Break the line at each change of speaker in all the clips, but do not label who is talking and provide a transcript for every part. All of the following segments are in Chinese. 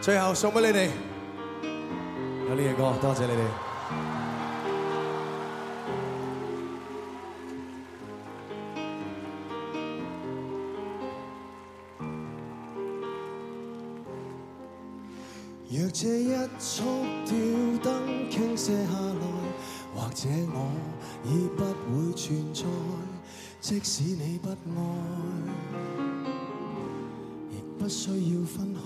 最後送俾你哋有呢隻歌，多謝你哋。
若這一束吊燈傾瀉下來，或者我已不會存在。即使你不愛，亦不需要分開。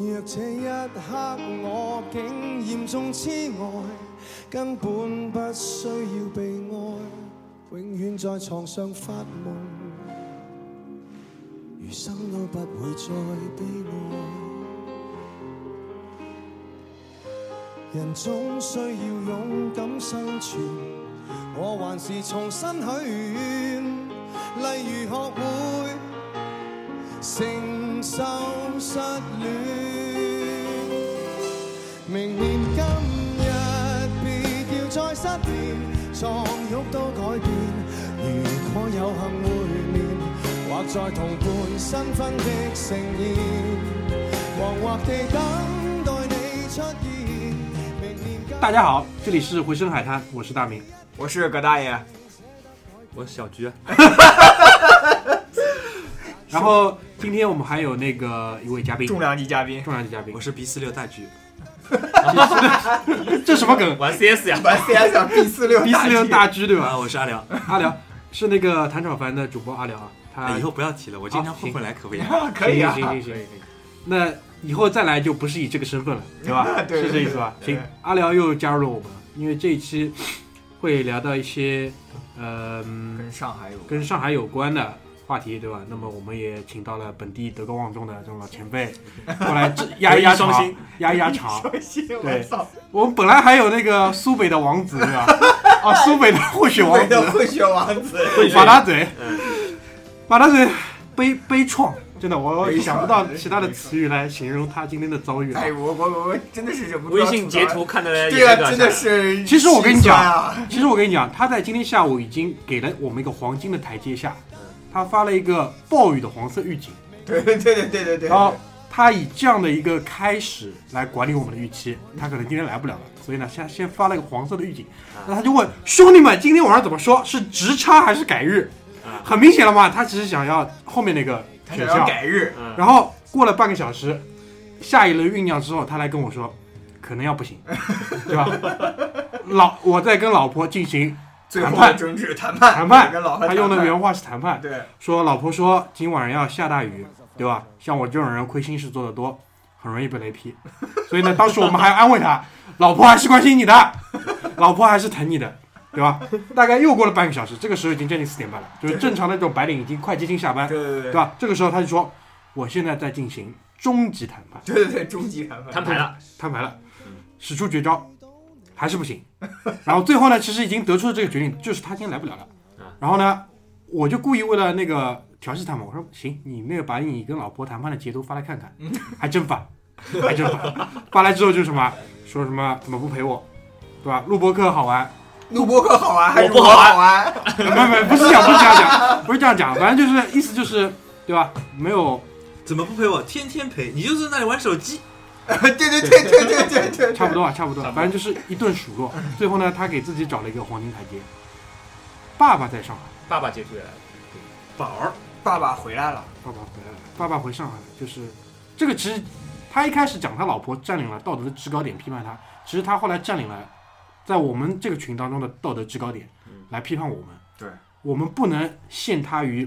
若這一刻我竟嚴重痴呆，根本不需要被愛，永遠在床上發夢。餘生都不會再悲哀。人總需要勇敢生存，我還是重新許願，例如學會承受失戀。明年今日別要再失眠，床褥都改變。如果有幸會面，或在同伴新婚的盛宴，惶惑地等待你出現。明年今
大家好，这里是回声海滩，我是大明。
我是葛大爷，
我是小菊，
然后今天我们还有那个一位嘉宾，
重
重
量级嘉宾，
量级嘉宾
我，是 B 四六大菊，
这什么梗
玩 CS 呀，
玩 CS 想 B 四六
？B 四六大 G 对吧？
啊，我是阿良，
阿良是那个谭炒饭的主播阿良啊，他
哎
啊
以后不要提了，我经常混混来，可不可以？
可以啊，
行行行行行，那以后再来就不是以这个身份了，对 吧？
对
是这意思吧？
对
行，阿辽又加入了我们，因为这一期会聊到一些呃
跟上海有
跟上海有关的话题，对吧？那么我们也请到了本地德高望重的这种老前辈过来支压一压
德艺双
场
馨，
压一压 场。
关，
对
我操，
我们本来还有那个苏北的王子，对 吧？啊，苏北的混血王
北
子，
的混血王 子，
马大嘴，马大嘴悲悲怆，真的，我我想不到其他的词语来形容他今天的遭遇了。
哎，我我我我真的是忍不住
微
要
信
吐槽
截图，看的人
这个啊真的是，
其实我跟你讲
啊，
其实我跟你讲，他在今天下午已经给了我们一个黄金的台阶下，
嗯
他发了一个暴雨的黄色预警，
对对对对对对
然，后他以这样的一个开始来管理我们的预期，
嗯
他可能今天来不了了，所以呢，先先发了一个黄色的预警，
啊
那他就问兄弟们今天晚上怎么说，是直插还是改日？很明显了嘛，他只是想要后面那个
啊他
选
想要
项，
改日，
嗯
然后过了半个小时，下一轮酝酿之后，他来跟我说，可能要不 行，对吧？老我在跟老婆进行
最后
谈判
的争执谈判，
谈判
跟老，何
他用的
谈判
原话是谈判，
对，
说老婆说今晚要下大雨，对吧？像我这种人亏心事做得多，很容易被雷劈，所以呢，当时我们还安慰他，老婆还是关心你的， 老婆还是疼你的。对吧？大概又过了半个小时，这个时候已经将近四点半了，就是正常的这种白领已经快接近下班，
对对
对
对
吧？这个时候他就说，我现在在进行终极谈判，
对对对，终极谈判，
摊牌了，
摊牌了，使出绝招，还是不行。然后最后呢，其实已经得出了这个决定，就是他今天来不了了
啊。
然后呢，我就故意为了那个调戏他们，我说行，你那个把你跟老婆谈判的截图发来看看，还真发，还真发。发来之后就是什么，说什么怎么不陪我，对吧？录播课好玩，
录播课好玩还是
我不好
我
玩
好玩？
不不不是这样，不是这样讲，不是这样讲，反正就是意思就是，对吧？没有
怎么不陪我？天天陪你，就是那里玩手机，
对对对对对对对，
差不多啊，差不多啊
差，不多
反正就是一顿数落。最后呢，他给自己找了一个黄金台阶。爸爸在上海，
爸爸截图也来了，宝儿，
爸爸回来了，
爸爸回来了，爸爸回上海了。就是这个，其实他一开始讲他老婆占领了道德的制高点，批判他，其实他后来占领了在我们这个群当中的道德制高点
嗯，
来批判我们。
对，
我们不能陷他于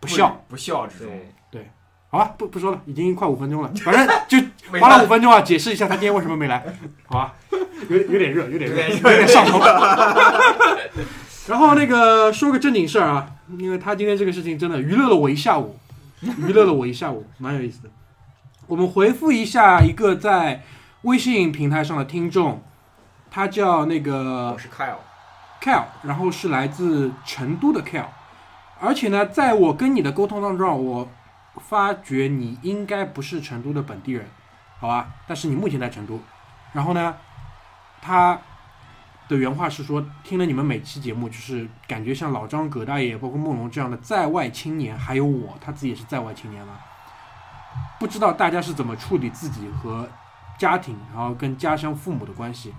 不孝。
不孝之中，
对，
好吧，不不说了，已经快五分 钟了，反正就
没
花了
办
五分钟啊，解释一下他今天为什么没来，好吧？有有点热，有点热，
有点
有
热
点上头。 然后那个说个正经事儿啊，因为他今天这个事情真的娱乐了我一下午，娱乐了我一下午，蛮有意思的。我们回复一下一个在微信平台上的听众，他叫那个
我是 Kyle，
Kel，然后是来自成都的 Kel，而且呢，在我跟你的沟通当中，啊我发觉你应该不是成都的本地人，好吧？但是你目前在成都，然后呢，他的原话是说，听了你们每期节目，就是感觉像老张、葛大爷，包括梦龙这样的在外青年，还有我，他自己也是在外青年嘛，不知道大家是怎么处理自己和家庭，然后跟家乡父母的关系。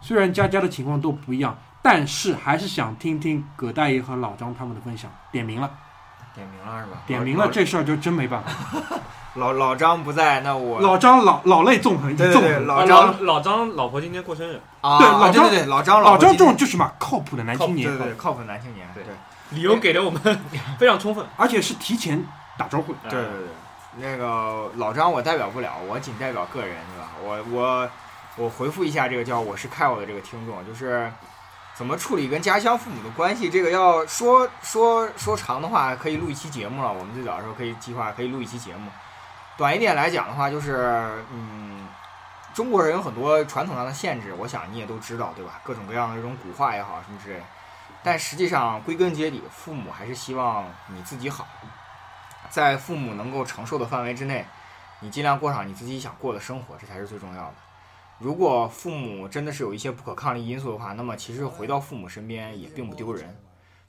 虽然家家的情况都不一样，但是还是想听听葛大爷和老张他们的分享。点名了，
点名了是吧？
点名
老
了，这事儿就真没办法。
老老张不在，那我
老张老老泪纵横，一
对对
纵
对
横。
老
老
张
老张老婆今天过生日，
啊，
对老
啊
张
对对对老张
老张
婆
这种就是嘛，靠谱的男
靠
青年
对，对对靠谱男青年，
对
对对
理由给的我们 非常充分。
而且是提前打招呼的。
对对。那个老张我代表不了，我仅代表个人是吧？我我我回复一下这个叫我是 Kyle 的这个听众，就是怎么处理跟家乡父母的关系，这个要说说说长的话，可以录一期节目了。我们最早的时候可以计划可以录一期节目，短一点来讲的话，就是嗯，中国人有很多传统上的限制，我想你也都知道，对吧？各种各样的这种古话也好，什么之类的。但实际上，归根结底，父母还是希望你自己好，在父母能够承受的范围之内，你尽量过上你自己想过的生活，这才是最重要的。如果父母真的是有一些不可抗力因素的话，那么其实回到父母身边也并不丢人。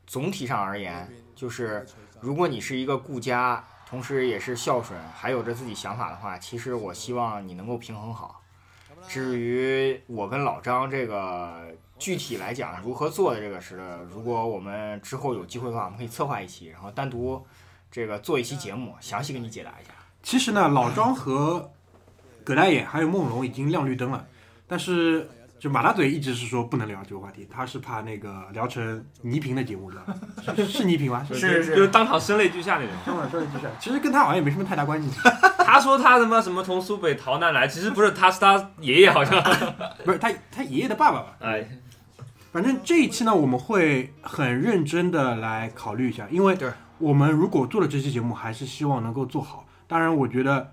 总体上而言，就是如果你是一个顾家，同时也是孝顺，还有着自己想法的话，其实我希望你能够平衡好。至于我跟老张这个具体来讲如何做的这个事，如果我们之后有机会的话，我们可以策划一期，然后单独这个做一期节目，详细给你解答一下。
其实呢，老张和葛大爷还有梦龙已经亮绿灯了，但是就马大嘴一直是说不能聊这个话题，他是怕那个聊成倪萍的节目了，是是倪萍吗？是。
是是
哎就是当场声泪俱下那种。
其实跟他好像也没什么太大关系，
他说他什么什么从苏北逃难来，其实不是，他是他爷爷好像。
不是他他爷爷的爸爸吧？
哎，
反正这一期呢，我们会很认真的来考虑一下，因为
对
我们如果做了这期节目，还是希望能够做好。当然，我觉得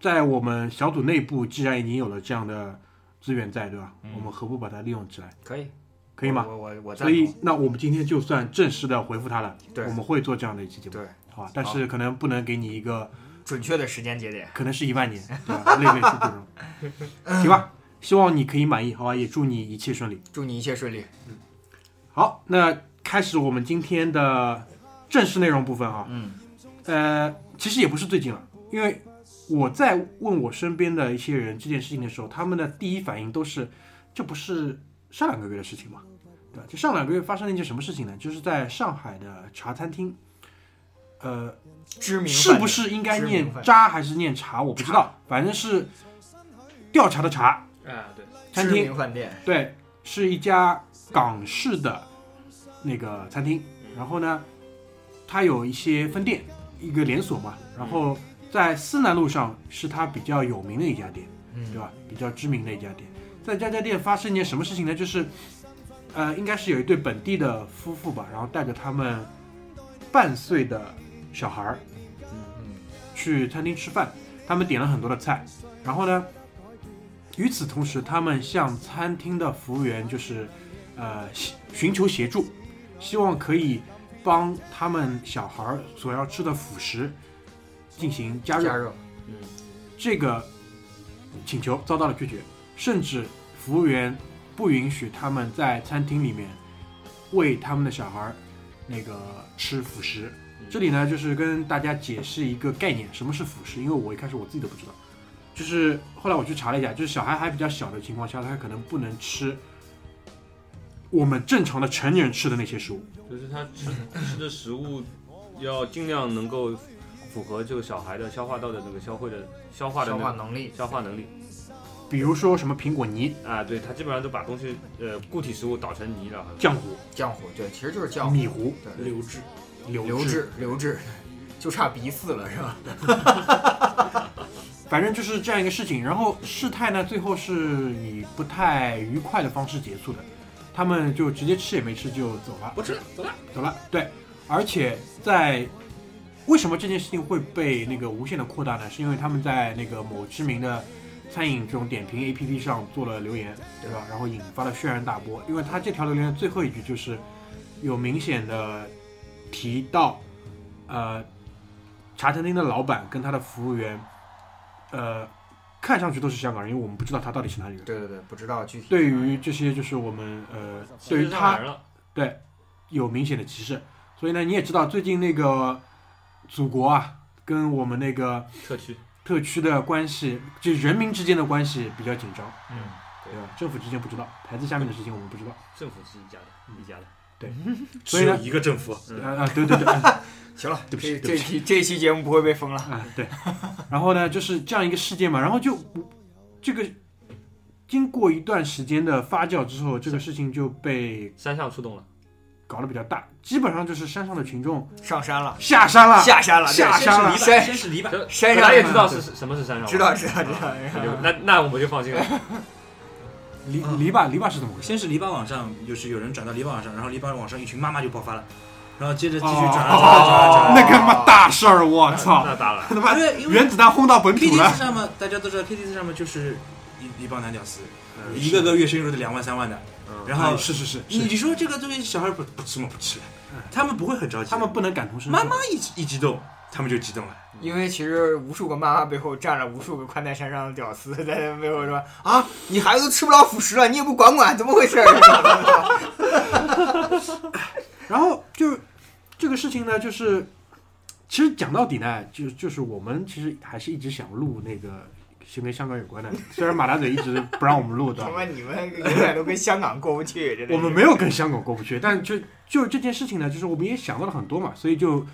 在我们小组内部，既然已经有了这样的资源在，对吧？我们何不把它利用起来？
嗯可以，
可以吗？
我我我赞
所
同
以，那我们今天就算正式的回复他了，
对
我们会做这样的一期节目，
对
好吧？但是可能不能给你一个，
准确的时间节点。
可能是一万年，对吧？类类似这 种，行吧？希望你可以满意，好吧？也祝你一切顺利。
祝你一切顺利。
好，那开始我们今天的正式内容部分哈。
嗯，
呃，其实也不是最近了，因为我在问我身边的一些人这件事情的时候，他们的第一反应都是，这不是上两个月的事情吗？对吧？就上两个月发生了一件什么事情呢？就是在上海的茶餐厅，呃，
知名
是不是应该
知名
念
饭店
渣还是念茶？我不知道，反正是调查的查
啊对，
餐
知
厅
名，饭 店？
对，是一家港式的那个餐厅。然后呢，它有一些分店，一个连锁嘛。然后在思南路上是它比较有名的一家店，对
嗯，
吧？比较知名的一家店。在这家店发生一件什么事情呢？就是，呃，应该是有一对本地的夫妇吧，然后带着他们半岁的小孩儿去餐厅吃饭，他们点了很多的菜，然后呢，与此同时，他们向餐厅的服务员就是，呃，希寻求协助，希望可以帮他们小孩儿所要吃的辅食进行加热
加。热。嗯
这个请求遭到了拒绝，甚至服务员不允许他们在餐厅里面喂他们的小孩儿那个吃辅食。
嗯
这里呢，就是跟大家解释一个概念，什么是辅食？因为我一开始我自己都不知道，就是后来我去查了一下，就是小孩还比较小的情况下，他可能不能吃我们正常的成年人吃的那些食物。
就是他吃吃的食物要尽量能够符合这个小孩的消化道的那个消化的消化的
消
那
化
个
能力。
消化能力
比如说什么苹果泥、
啊，对他基本上都把东西呃固体食物捣成泥了，好像
浆糊、
浆糊，对，其实就是浆糊。
米糊、
对，
刘志，
流
刘
质。
志，刘志，就差鼻饲了是吧？
反正就是这样一个事情。然后事态呢，最后是以不太愉快的方式结束的，他们就直接吃也没吃就走了，
不吃了，走了。
走了。对，而且在为什么这件事情会被那个无限的扩大呢？是因为他们在那个某知名的餐饮这种点评 APP 上做了留言，对吧？然后引发了轩然大波，因为他这条留言最后一句就是有明显的提到，呃，茶餐厅的老板跟他的服务员，呃，看上去都是香港人，因为我们不知道他到底是哪里人。
对对对，不知道具体。
对于这些，就是我们呃，
其
对
实
于
上
他
海人了，
有明显的歧视。所以呢，你也知道，最近那个祖国啊，跟我们那个
特区
特区的关系，就人民之间的关系比较紧张，
嗯，
对吧？政府之间不知道，台子下面的事情我们不知道。
政府是一家的，一家的。
所
只
以呢
有一个政府，
嗯
啊啊，对对对，啊
行了，
对不起
这这期这期节目不会被封了。
啊对。然后呢，就是这样一个事件嘛，然后就这个经过一段时间的发酵之后，这个事情就被
山上出动了，
搞得比较大，基本上就是山上的群众
上山了，
下山了，
下山了，
下
对
先
山
是
了
篱笆，
山
先是篱笆，
就
山上
大家也知道是什么是山上吧，
知道知道知道。
那就 那那我们就放心了。
篱篱笆篱笆是怎么回事？
先是篱笆往上，就是有人转到篱笆往上，然后篱笆往上一群妈妈就爆发了，然后接着继续转啊转啊转啊转啊，
哦那个妈大事儿，我操！
那当然，
他妈
因为因为
原子弹轰到本土
KTC
了，
上嘛，大家都知道 KTC 上面就是一一帮男屌丝，呃一个个月收入的两万三万的，然后
哎是是是是，
你说这个东西小孩不不吃吗？不吃了，他们不会很着急，
他们不能感同身受。
妈妈一激一激动，他们就激动了。
因为其实无数个妈妈背后站着无数个宽带山上的屌丝，在那背后说啊，你孩子都吃不了辅食啊了，你也不管管，怎么回事？
然后就这个事情呢，就是其实讲到底呢，就就是我们其实还是一直想录那个是跟香港有关的， 虽然马大嘴一直不让我们录的
他，妈你们永远都跟香港过不去，真的是。
我们没有跟香港过不去，但就就这件事情呢，就是我们也想到了很多嘛，所以就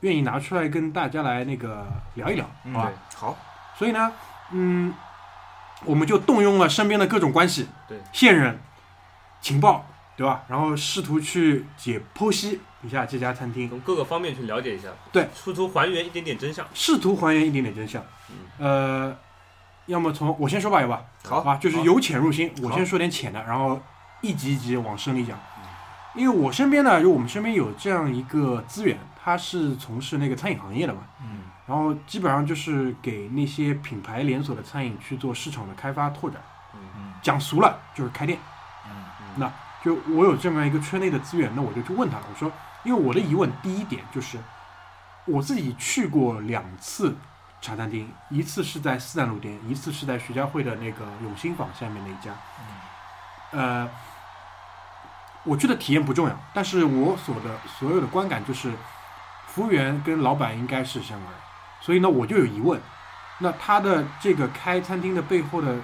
愿意拿出来跟大家来那个聊一聊，
嗯，
好吧？
好，
所以呢，嗯，我们就动用了身边的各种关系，
对，
线人、情报，对吧？然后试图去解剖析一下这家餐厅，
从各个方面去了解一下，
对，
试图还原一点点真相。
试图还原一点点真相。
嗯
呃，要么从我先说吧，要吧？
好
吧，就是
好
由浅入深，我
好
先说点浅的，然后一集一集往深里讲。
嗯
因为我身边呢，就我们身边有这样一个资源，他是从事那个餐饮行业的嘛，
嗯，
然后基本上就是给那些品牌连锁的餐饮去做市场的开发拓展。
嗯，
讲俗了就是开店。
嗯
那就我有这么一个圈内的资源，那我就去问他了。我说，因为我的疑问第一点就是，我自己去过两次茶餐厅，一次是在四站路店，一次是在徐家汇的那个永兴坊下面的一家。呃，我去的体验不重要，但是我所的所有的观感就是，服务员跟老板应该是香港人，所以呢，我就有疑问。那他的这个开餐厅的背后的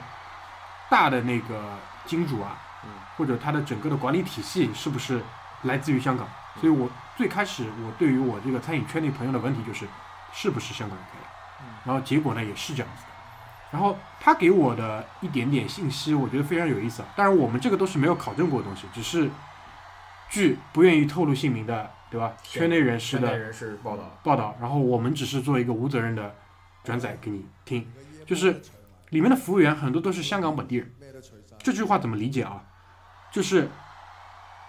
大的那个金主啊，
嗯
或者他的整个的管理体系是不是来自于香港？所以我最开始我对于我这个餐饮圈内朋友的问题就是，是不是香港人开的？然后结果呢也是这样子的。然后他给我的一点点信息，我觉得非常有意思啊。当然我们这个都是没有考证过的东西，只是据不愿意透露姓名的，对吧？
对
圈内人士
现代
的
人士报道，
报道，然后我们只是做一个无责任的转载给你听，就是里面的服务员很多都是香港本地人。这句话怎么理解啊？就是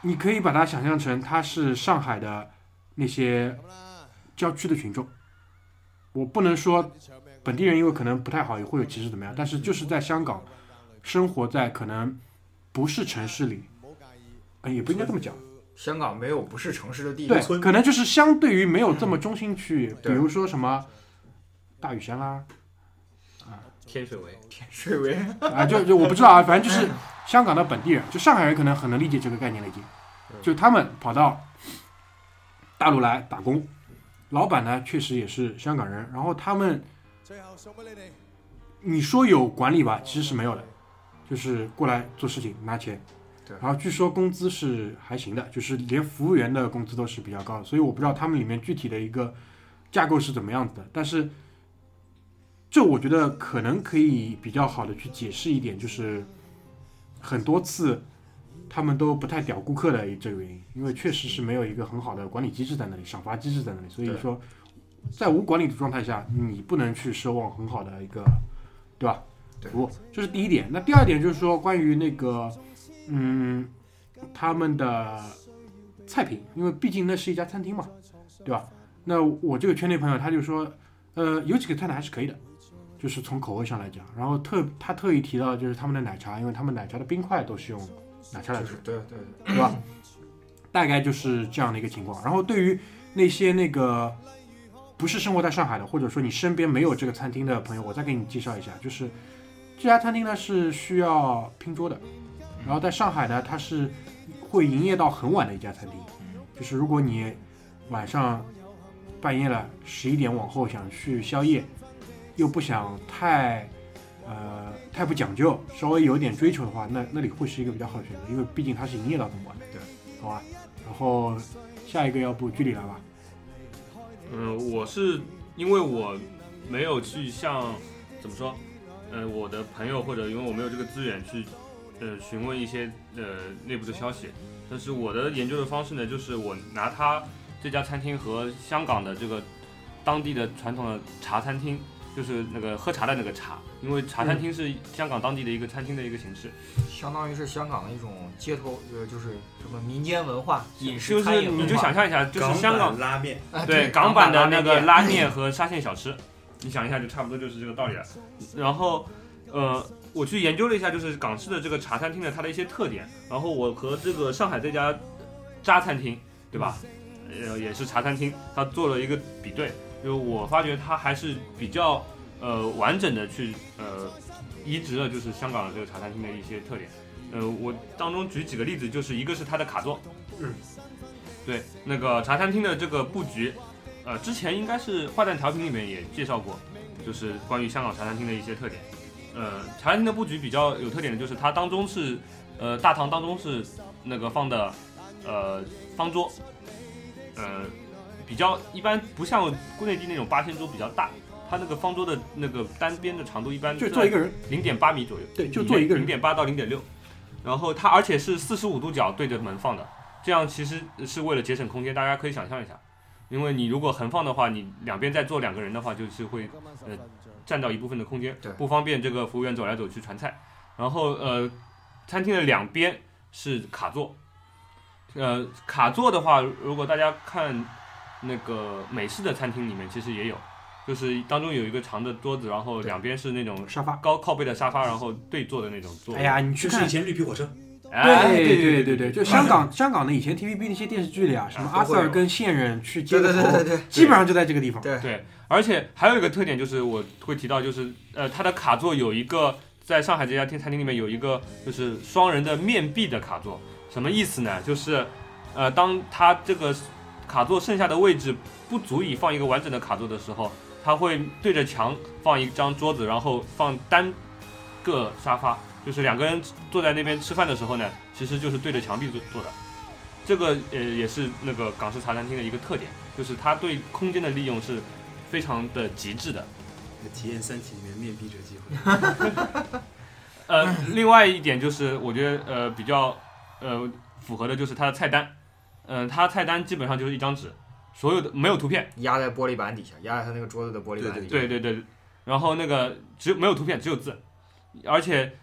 你可以把它想象成他是上海的那些郊区的群众。我不能说本地人，因为可能不太好，也会有歧视怎么样，但是就是在香港生活在可能不是城市里，呃也不应该这么讲。
香港没有不是城市的地
对
方，，
可能就是相对于没有这么中心区域，比
对
如说什么大屿山啊啦，
天水围，
水围
啊，就就我不知道啊，反正就是香港的本地人，就上海人可能很能理解这个概念了已经，就他们跑到大陆来打工，老板呢确实也是香港人，然后他们你说有管理吧，其实是没有的，就是过来做事情拿钱。
对
然后据说工资是还行的，就是连服务员的工资都是比较高的，所以我不知道他们里面具体的一个架构是怎么样子的。但是，这我觉得可能可以比较好的去解释一点，就是很多次他们都不太屌顾客的这个原因，因为确实是没有一个很好的管理机制在那里，赏罚机制在那里，所以
对
说在无管理的状态下，你不能去奢望很好的一个，对吧？
对
服务，这是第一点。那第二点就是说关于那个，嗯，他们的菜品，因为毕竟那是一家餐厅嘛，对吧？那我这个圈内朋友他就说，呃，有几个菜呢还是可以的，就是从口味上来讲。然后特他特意提到就是他们的奶茶，因为他们奶茶的冰块都是用奶茶来
就
做
是，对对
对吧？大概就是这样的一个情况。然后对于那些那个不是生活在上海的，或者说你身边没有这个餐厅的朋友，我再给你介绍一下，就是这家餐厅呢是需要拼桌的，然后在上海呢它是会营业到很晚的一家餐厅，就是如果你晚上半夜了十一点往后想去宵夜，又不想太呃太不讲究，稍微有点追求的话，那那里会是一个比较好的选择，因为毕竟它是营业到这么晚。
对，
好吧。然后下一个要不居里来吧？
嗯，我是因为我没有去像怎么说，呃，我的朋友或者因为我没有这个资源去，呃，询问一些呃内部的消息。但是我的研究的方式呢，就是我拿它这家餐厅和香港的这个当地的传统的茶餐厅，就是那个喝茶的那个茶，因为茶餐厅是香港当地的一个餐厅的一个形式。
相当于是香港的一种街头，呃，就是什么民间文化、饮
就
食
嗯
餐
是
饮文化
你就想象一下，就是香港
版拉面，
啊
对，
港
港版的
拉
那
面
个
店
拉面和沙县小吃，你想一下就差不多就是这个道理了。然后，呃，我去研究了一下，就是港式的这个茶餐厅的它的一些特点。然后我和这个上海这家渣餐厅，对吧？呃，也是茶餐厅，它做了一个比对，就我发觉它还是比较呃完整的去呃移植了就是香港的这个茶餐厅的一些特点。呃，我当中举几个例子，就是一个是它的卡座，
嗯，
对，那个茶餐厅的这个布局，呃，之前应该是坏蛋调频里面也介绍过，就是关于香港茶餐厅的一些特点。呃，茶餐厅的布局比较有特点的就是它当中是，呃，大堂当中是那个放的，呃，方桌，呃，比较一般不像国内地那种八仙桌比较大，它那个方桌的那个单边的长度一般
就
在
做一个人，
零点八米左右，
对就做一个人
零点八到零点六，然后它而且是四十五度角对着门放的，这样其实是为了节省空间，大家可以想象一下，因为你如果横放的话，你两边再坐两个人的话，就是会呃占到一部分的空间
对，
不方便这个服务员走来走去传菜。然后呃，餐厅的两边是卡座，呃，卡座的话，如果大家看那个美式的餐厅里面其实也有，就是当中有一个长的桌子，然后两边是那种
沙发。
高靠背的沙发，然后对坐的那种座位。
哎呀，你去
就
看
是以前绿皮火车，
哎，
对对对对对，就香港香港的以前 TVB 那些电视剧里啊，什么阿 Sir 跟线人去接
对
个
对
头，
对对对
基本上就在这个地方。
对
对，而且还有一个特点就是我会提到，就是呃，它的卡座有一个在上海这家餐厅里面有一个就是双人的面壁的卡座，什么意思呢？就是呃，当它这个卡座剩下的位置不足以放一个完整的卡座的时候，它会对着墙放一张桌子，然后放单个沙发，就是两个人坐在那边吃饭的时候呢，其实就是对着墙壁坐坐的。这个呃也是那个港式茶餐厅的一个特点，就是它对空间的利用是非常的极致的。
体验《三体》里面面壁者机会，
呃，另外一点就是我觉得呃比较呃符合的就是它的菜单，嗯、它菜单基本上就是一张纸，所有的没有图片，
压在玻璃板底下，压在他那个桌子的玻璃板底下。
对对对，然后那个只有没有图片，只有字，而且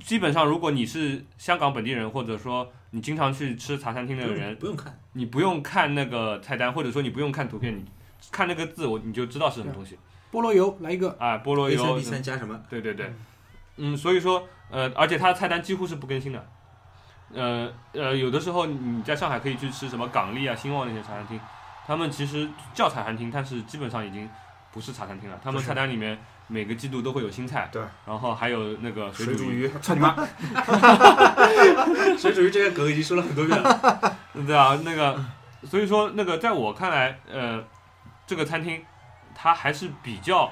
基本上如果你是香港本地人，或者说你经常去吃茶餐厅的
不
人
用，不用看，
你不用看那个菜单，或者说你不用看图片，你看那个字我你就知道是什么东西。
菠萝油来一个，
啊，菠萝
A 三
油
B，三加什么？
对对对，嗯，所以说，呃，而且它的菜单几乎是不更新的，呃呃，有的时候你在上海可以去吃什么港丽啊、兴旺那些茶餐厅，他们其实叫茶餐厅，但是基本上已经不是茶餐厅了，他们
不是
菜单里面每个季度都会有新菜，
对，
然后还有那个
水
水
煮
鱼，
鱼，
操你妈！
水煮鱼这个梗已经说了很多遍了，
对啊，那个，所以说那个，在我看来，呃，这个餐厅它还是比较，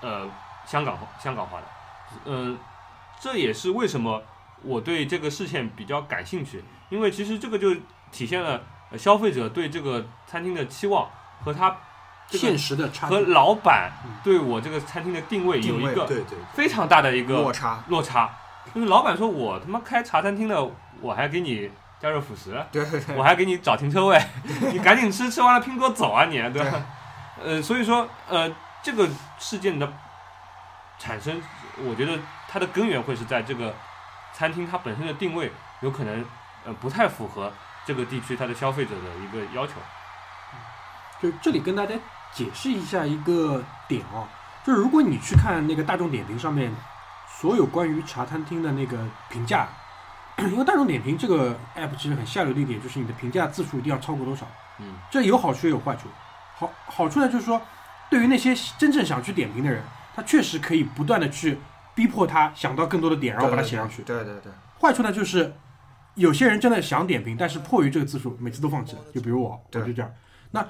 呃，香港香港化的，嗯、这也是为什么我对这个事件比较感兴趣，因为其实这个就体现了呃消费者对这个餐厅的期望和他这个
现实的差距
和。老板
嗯
对我这个餐厅的定位有
定位
一个
对对，
非常大的一个
落差。
落差，就是老板说我他妈开茶餐厅的，我还给你加热辅食。
对对对
我还给你找停车位， 你赶紧吃，吃完了拼多多走啊你，对吧？呃，所以说，呃，这个事件的产生，我觉得它的根源会是在这个餐厅它本身的定位有可能呃不太符合这个地区它的消费者的一个要求。
就这里跟大家解释一下一个点哦，就是如果你去看那个大众点评上面所有关于茶餐厅的那个评价，因为大众点评这个 app 其实很下流的一点就是你的评价字数一定要超过多少，
嗯，
这有好处也有坏处。好好处呢就是说，对于那些真正想去点评的人，他确实可以不断的去逼迫他想到更多的点，然后把它写上去。
对对对，
坏处呢就是，有些人真的想点评，但是迫于这个字数，每次都放弃了。就比如我，我
对
就这样。那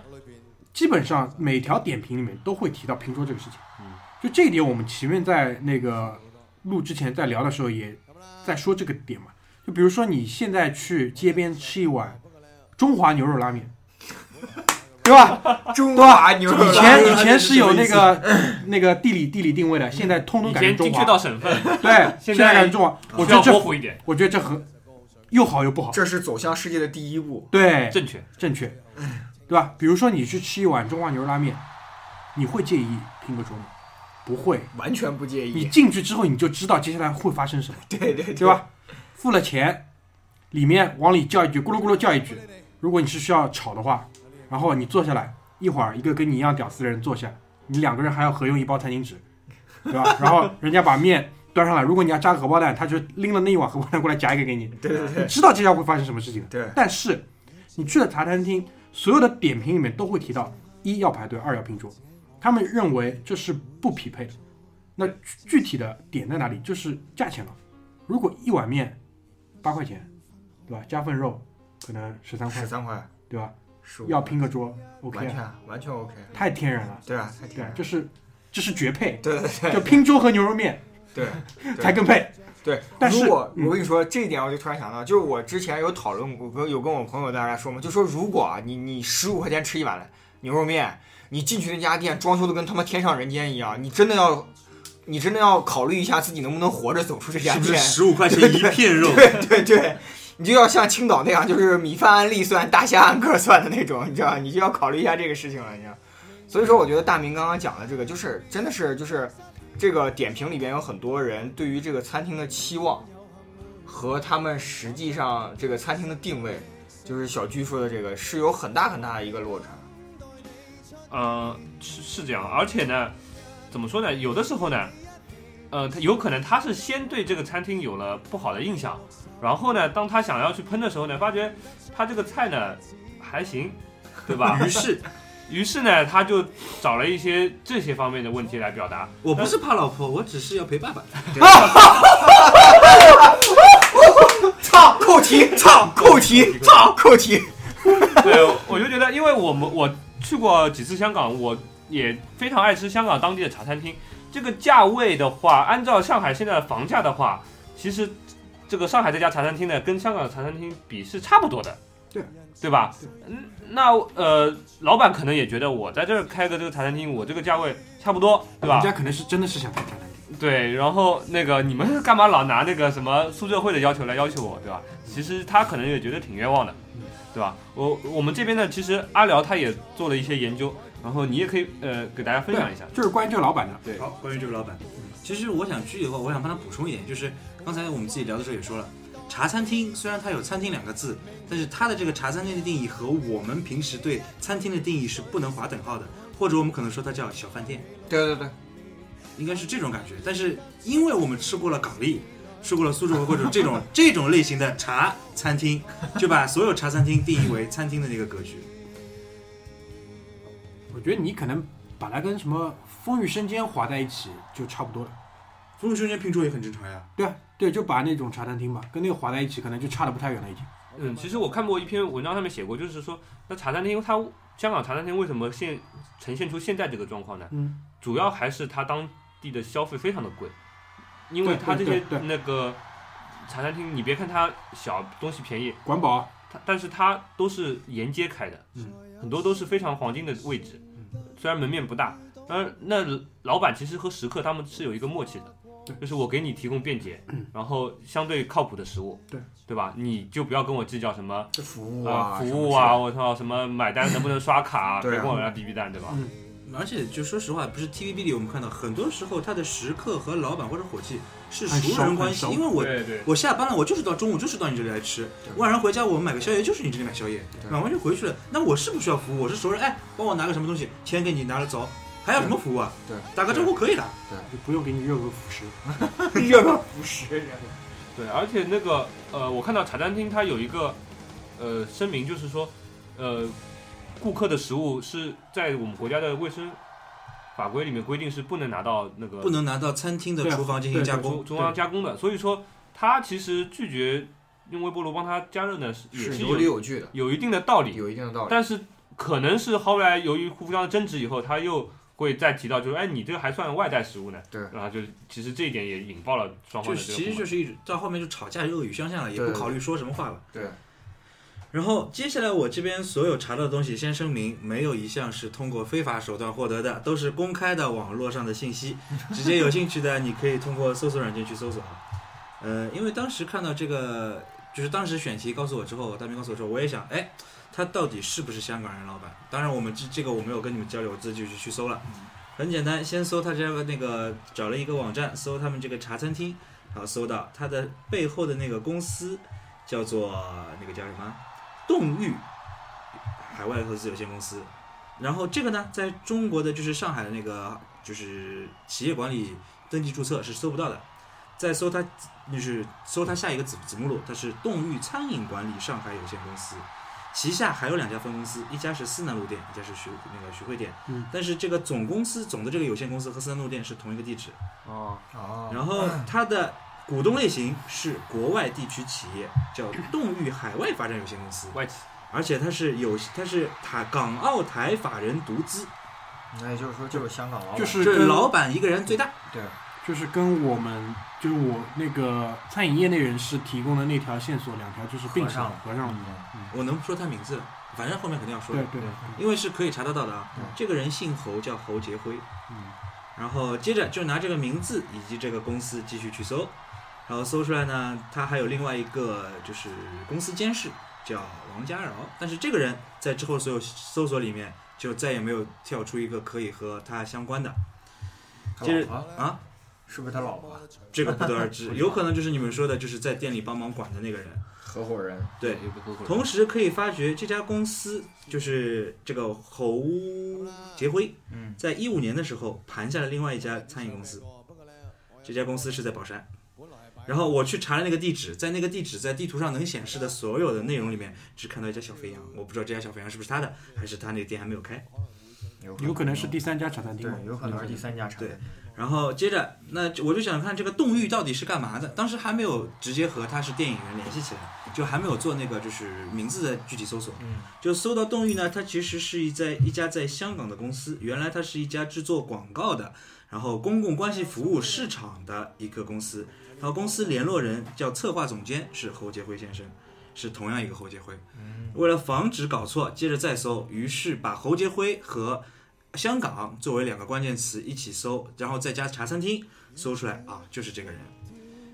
基本上每条点评里面都会提到拼桌这个事情。
嗯
就这一点，我们前面在那个录之前在聊的时候也在说这个点嘛。就比如说你现在去街边吃一碗中华牛肉拉 面，对吧？
中华牛肉
以
拉面
前以前是有那 个那个地理地理定位的，现在通通
以
改成
前
中
精确到
华。
省份，
对，现
现在
在改成中华， 我
需
觉
要
得
模
这
糊一点，
我觉得这很又好又不好。
这是走向世界的第一步。
对，
正确。
正确，对吧？比如说你去吃一碗中华牛肉拉面，你会介意拼个桌吗？不会，
完全不介
你
意，
进去之后你就知道接下来会发生什么，
对对
对？吧？付了钱，里面往里叫一句咕噜咕噜叫一句，如果你是需要炒的话，然后你坐下来，一会儿一个跟你一样屌丝的人坐下，你两个人还要合用一包餐巾纸，对吧？ 然后人家把面端上来，如果你要加荷包蛋，他就拎了那一碗荷包蛋过来夹一个给你，
对对
你
对
知道接下来会发生什么事情的。
对，
但是你去了茶餐厅，所有的点评里面都会提到一要排队，二要拼桌，他们认为这是不匹配的。那具具体的点在哪里？就是价钱了。如果一碗面八块钱，对吧？加份肉可能十三块
十，三块，
对吧？
十五
要拼个桌，OK，
完
啊
全完全 OK，
太天然了，
对啊，太
对
甜
啊
了，，
这是这是绝配，
对对对
就拼桌和牛肉面
对。对
才更配。
对，
但
如
是
果
嗯
我跟你说这一点，我就突然想到，就是我之前有讨论，我跟有跟我朋友大家说嘛，就说如果啊，你你十五块钱吃一碗牛肉面，你进去那家店装修的跟他妈天上人间一样，你真的要，你真的要考虑一下自己能不能活着走出这家
是不是
店，
十五块钱一片 肉？
对 对。你就要像青岛那样，就是米饭按粒算，大虾按个儿算的那种，你知道吗？你就要考虑一下这个事情了，你知道吗。所以说，我觉得大明刚刚讲的这个，就是真的是就是这个点评里边有很多人对于这个餐厅的期望和他们实际上这个餐厅的定位，就是小鞠说的这个是有很大很大的一个落差。
嗯，是是这样，而且呢，怎么说呢？有的时候呢，呃，他有可能他是先对这个餐厅有了不好的印象，然后呢，当他想要去喷的时候呢，发觉他这个菜呢还行，对吧？
于是
于是呢，他就找了一些这些方面的问题来表达。
我不是怕老婆，我只是要陪爸爸。
啊操，扣题，操，扣题，操，扣题。
对，我就觉得，因为我们我去过几次香港，我也非常爱吃香港当地的茶餐厅。这个价位的话，按照上海现在的房价的话，其实这个上海这家茶餐厅呢，跟香港的茶餐厅比是差不多的，
对
对吧？嗯，那呃，老板可能也觉得我在这儿开个这个茶餐厅，我这个价位差不多，对吧
人？家可能是真的是想开茶餐厅，
对，然后那个你们干嘛老拿那个什么苏浙会的要求来要求我，对吧？其实他可能也觉得挺冤枉的，对吧？我我们这边呢，其实阿辽他也做了一些研究，然后你也可以呃给大家分享一下。
就是关于这个老板的，
好，关于这个老板，其实我想去以后，我想帮他补充一点，就是刚才我们自己聊的时候也说了，茶餐厅虽然它有“餐厅”两个字，但是它的这个茶餐厅的定义和我们平时对餐厅的定义是不能划等号的，或者我们可能说它叫小饭店，
对对对，
应该是这种感觉。但是因为我们吃过了港丽，吃过了苏州或者这种这种类型的茶餐厅，就把所有茶餐厅定义为餐厅的那个格局。
我觉得你可能把它跟什么风雨生间划在一起就差不多了。
风雨生间拼桌也很正常呀。
对啊，对，就把那种茶餐厅吧，跟那个划在一起，可能就差的不太远了，已经。
嗯，其实我看过一篇文章，上面写过，就是说那茶餐厅它香港茶餐厅为什么现呈现出现在这个状况呢？
嗯，
主要还是它当地的消费非常的贵，因为
对
它这
对
些
对对
那个茶餐厅，你别看它小东西便宜，
管饱，啊
它但是它都是沿街开的，
嗯，
很多都是非常黄金的位置，
嗯
虽然门面不大，当然那老板其实和食客他们是有一个默契的
对，
就是我给你提供便捷，然后相对靠谱的食物，
对
对吧？你就不要跟我计较什么
这服务
啊、
啊，
服
什么
务
之
啊，
类
我操什么买单能不能刷卡、别
对啊
跟我来比比蛋，对吧？
而且就说实话，不是 TVB 里我们看到很多时候他的食客和老板或者伙计是
很
熟
熟
人关系，
很熟
因为我
对对。
我下班了，我就是到中午就是到你这里来吃，
对
晚上回家我买个宵夜就是你这里买宵夜，
对
买完就回去了。那我是不需要服务，我是熟人，哎，帮我拿个什么东西，钱给你拿了走，还要什么服务啊？
对对
打个招呼可以的。
就不用给你热个辅食。
的 热个不是。
对，而且那个呃，我看到茶餐厅它有一个呃声明，就是说呃，顾客的食物是在我们国家的卫生法规里面规定是不能拿到那个
不能拿到餐厅的
对啊
厨房进行
对
加
中
工，
中央加工的，所以说它其实拒绝用微波炉帮它加热呢，是也
是
是
有理
有
有据的，
有一定的道理，
有一定的道理。
但是可能是后来由于互相争执以后，他又会再提到，就是哎，你这个还算外带食物呢。
对
然后就是其实这一点也引爆了双方
就
的这
是
个
其实
不
就
满
是一直到后面就吵架就恶语相向了，也
对
不
对
考虑说什么话了。
对，
然后接下来我这边所有查到的东西，先声明，没有一项是通过非法手段获得的，都是公开的网络上的信 息。直接有兴趣的，你可以通过搜索软件去搜索啊。呃，因为当时看到这个，就是当时选题告诉我之后，大明告诉我之后，我也想，哎，他到底是不是香港人老板？当然，我们这这个我没有跟你们交流，我自己就去搜了。
嗯
很简单，先搜他这个那个，找了一个网站，搜他们这个茶餐厅，好搜到他的背后的那个公司叫做那个叫什么？动裕海外投资有限公司。然后这个呢，在中国的就是上海的那个就是企业管理登记注册是搜不到的，再搜它就是搜它下一个子子目录，它是动裕餐饮管理上海有限公司，旗下还有两家分公司，一家是思南路店，一家是徐那个徐汇店。
嗯，
但是这个总公司总的这个有限公司和思南路店是同一个地址。
哦，
哦，
然后它的股东类型是国外地区企业，叫动裕海外发展有限公司。
外企
而且它是有，它是台港澳台法人独资，
那也就是说就是香港老板，
就是
就是
跟
哦老板一个人最大。
对，
就是跟我们就是我那个餐饮业内人士提供的那条线索两条就是并
合上
上
了
合上了。
我能不说他名字了，反正后面肯定要说
对
的，
对，
因为是可以查得到的啊
嗯。
这个人姓侯，叫侯杰辉。
嗯，
然后接着就拿这个名字以及这个公司继续去搜，然后搜出来呢，他还有另外一个就是公司监事叫王家饶，但是这个人在之后所有搜索里面就再也没有跳出一个可以和他相关的
他
就是
老婆
啊。
是不是他老婆？啊
这个不得而 知，有可能就是你们说的，就是在店里帮忙管的那个人。
合伙人，
对，
有个合伙人
同时可以发觉这家公司就是这个侯杰辉，
嗯，
在一五年的时候盘下了另外一家餐饮公司，这家公司是在宝山。然后我去查了那个地址，在那个地址在地图上能显示的所有的内容里面，只看到一家小肥羊，我不知道这家小肥羊是不是他的，还是他那个店还没有开。
有可能是第三家茶餐厅嘛
对，，有可能是第三家产
对然后接着，那就我就想看这个动玉到底是干嘛的。当时还没有直接和他是电影人联系起来，就还没有做那个就是名字的具体搜索。
嗯，
就搜到动玉呢，它其实是一在一家在香港的公司，原来它是一家制作广告的，然后公共关系服务市场的一个公司。然后公司联络人叫策划总监是侯杰辉先生，是同样一个侯杰辉。为了防止搞错，接着再搜，于是把侯杰辉和香港作为两个关键词一起搜，然后再加茶餐厅，搜出来啊，就是这个人，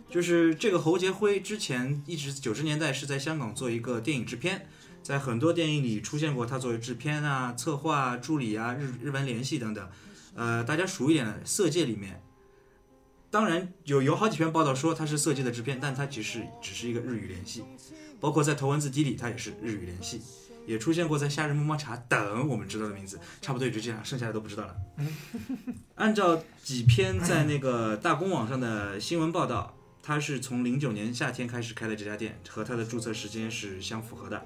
就是这个侯杰辉。之前一直九十年代是在香港做一个电影制片，在很多电影里出现过他作为制片啊、策划、啊、助理啊、日日文联系等等。呃，大家熟一点的《色戒》里面，当然有有好几篇报道说他是《色戒》的制片，但他其实只是一个日语联系，包括在《头文字 D》里他也是日语联系。也出现过在夏日么么茶等我们知道的名字，差不多也就这样，剩下的都不知道了。按照几篇在那个大公网上的新闻报道，他是从零九年夏天开始开的这家店，和他的注册时间是相符合的。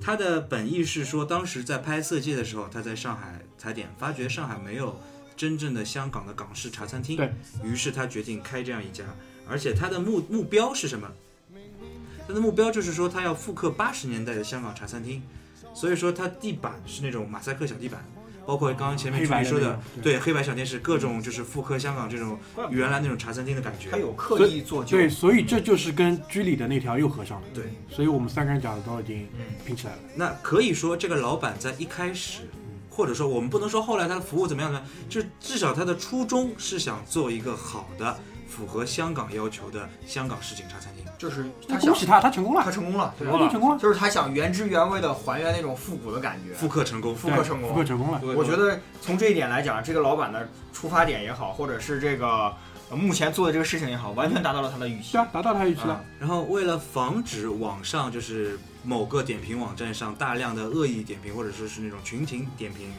他的本意是说，当时在拍《色戒》的时候，他在上海踩点，发觉上海没有真正的香港的港式茶餐厅，
对，
于是他决定开这样一家。而且他的目目标是什么？他的目标就是说，他要复刻八十年代的香港茶餐厅，所以说他地板是那种马赛克小地板，包括刚刚前面
黑
主
白
持
的
说
那
的
种，
对黑白小电视，各种就是复刻香港这种原来那种茶餐厅的感觉
他。有刻意做旧，
对，所以这就是跟居里的那条又合上了。
对，
所以我们三个人讲的都已经
嗯
拼起来了。
那可以说这个老板在一开始，或者说我们不能说后来他的服务怎么样呢？就至少他的初衷是想做一个好的、符合香港要求的香港市井茶餐厅。
就是
那
他
恭
想
喜他，他成功
他
了，
成功了，对
成功
吧？
了
他成功了，
就是他想原汁原味的还原那种复古的感觉，
复刻成功，
复刻成
复
功
刻。成功了。
我觉得从这一点来讲，这个老板的出发点也好，或者是这个呃目前做的这个事情也好，完全达到了他的预期
对。啊，达到他预期
啊
了。，
然后为了防止网上就是某个点评网站上大量的恶意点评，或者说是那种群情点评，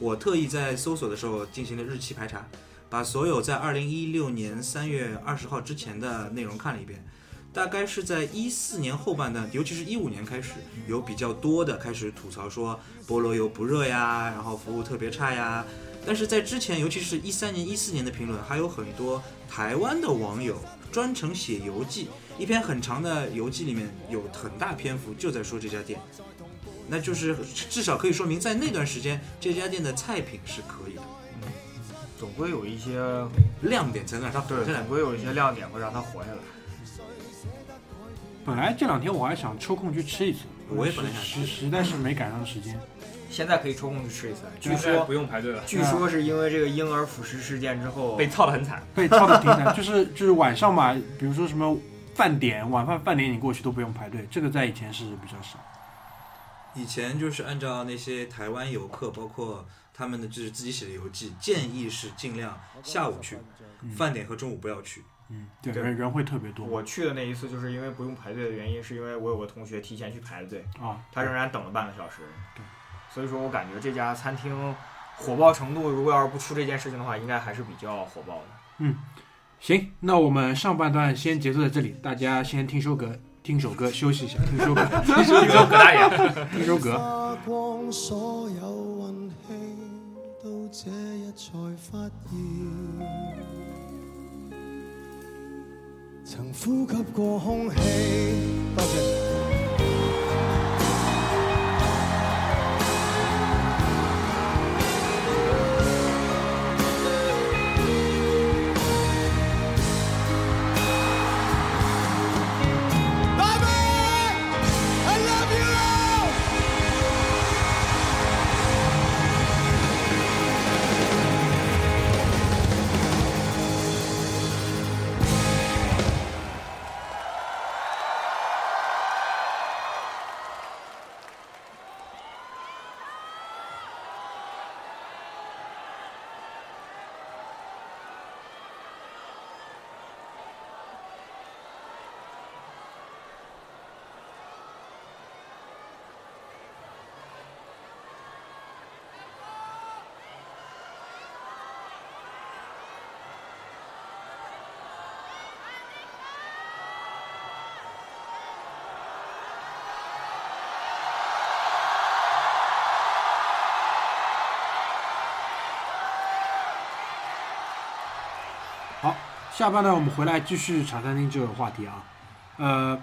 我特意在搜索的时候进行了日期排查，把所有在二零一六年三月二十号之前的内容看了一遍。大概是在一四年后半段，尤其是一五年开始，有比较多的开始吐槽说菠萝油不热呀，然后服务特别差呀。但是在之前，尤其是一三年、一四年的评论，还有很多台湾的网友专程写游记，一篇很长的游记里面有很大篇幅就在说这家店，那就是至少可以说明在那段时间这家店的菜品是可以的。
总归有一些
亮点才能让它
对，
活下来
总。归有一些亮点会让它活下来。
本来这两天我还想抽空去吃一次，
我也本来想
实实实在是没赶上时间。
现在可以抽空去吃一次。据
现在
说
不用排队了，
据说是因为这个婴儿辅食事件之后
被操得很惨。
被操的挺惨，就是就是晚上嘛，比如说什么饭点、晚饭饭点，你过去都不用排队，这个在以前是比较少。
以前就是按照那些台湾游客，包括他们的就是自己写的游记，建议是尽量下午去，饭点和中午不要去。
嗯，对，
对
人人会特别多。
我去的那一次，就是因为不用排队的原因，是因为我有个同学提前去排的队，
啊，
他仍然等了半个小时
对。
所以说我感觉这家餐厅火爆程度，如果要是不出这件事情的话，应该还是比较火爆的。
行，那我们上半段先结束在这里，大家先听首歌，听首歌休息一下，听首歌，
你说葛大啊爷，
听首歌。
花光所有運氣，到這一才發現，曾呼吸過空氣。多謝。Baby, I love you.
好，下半段我们回来继续茶餐厅这个话题啊，呃，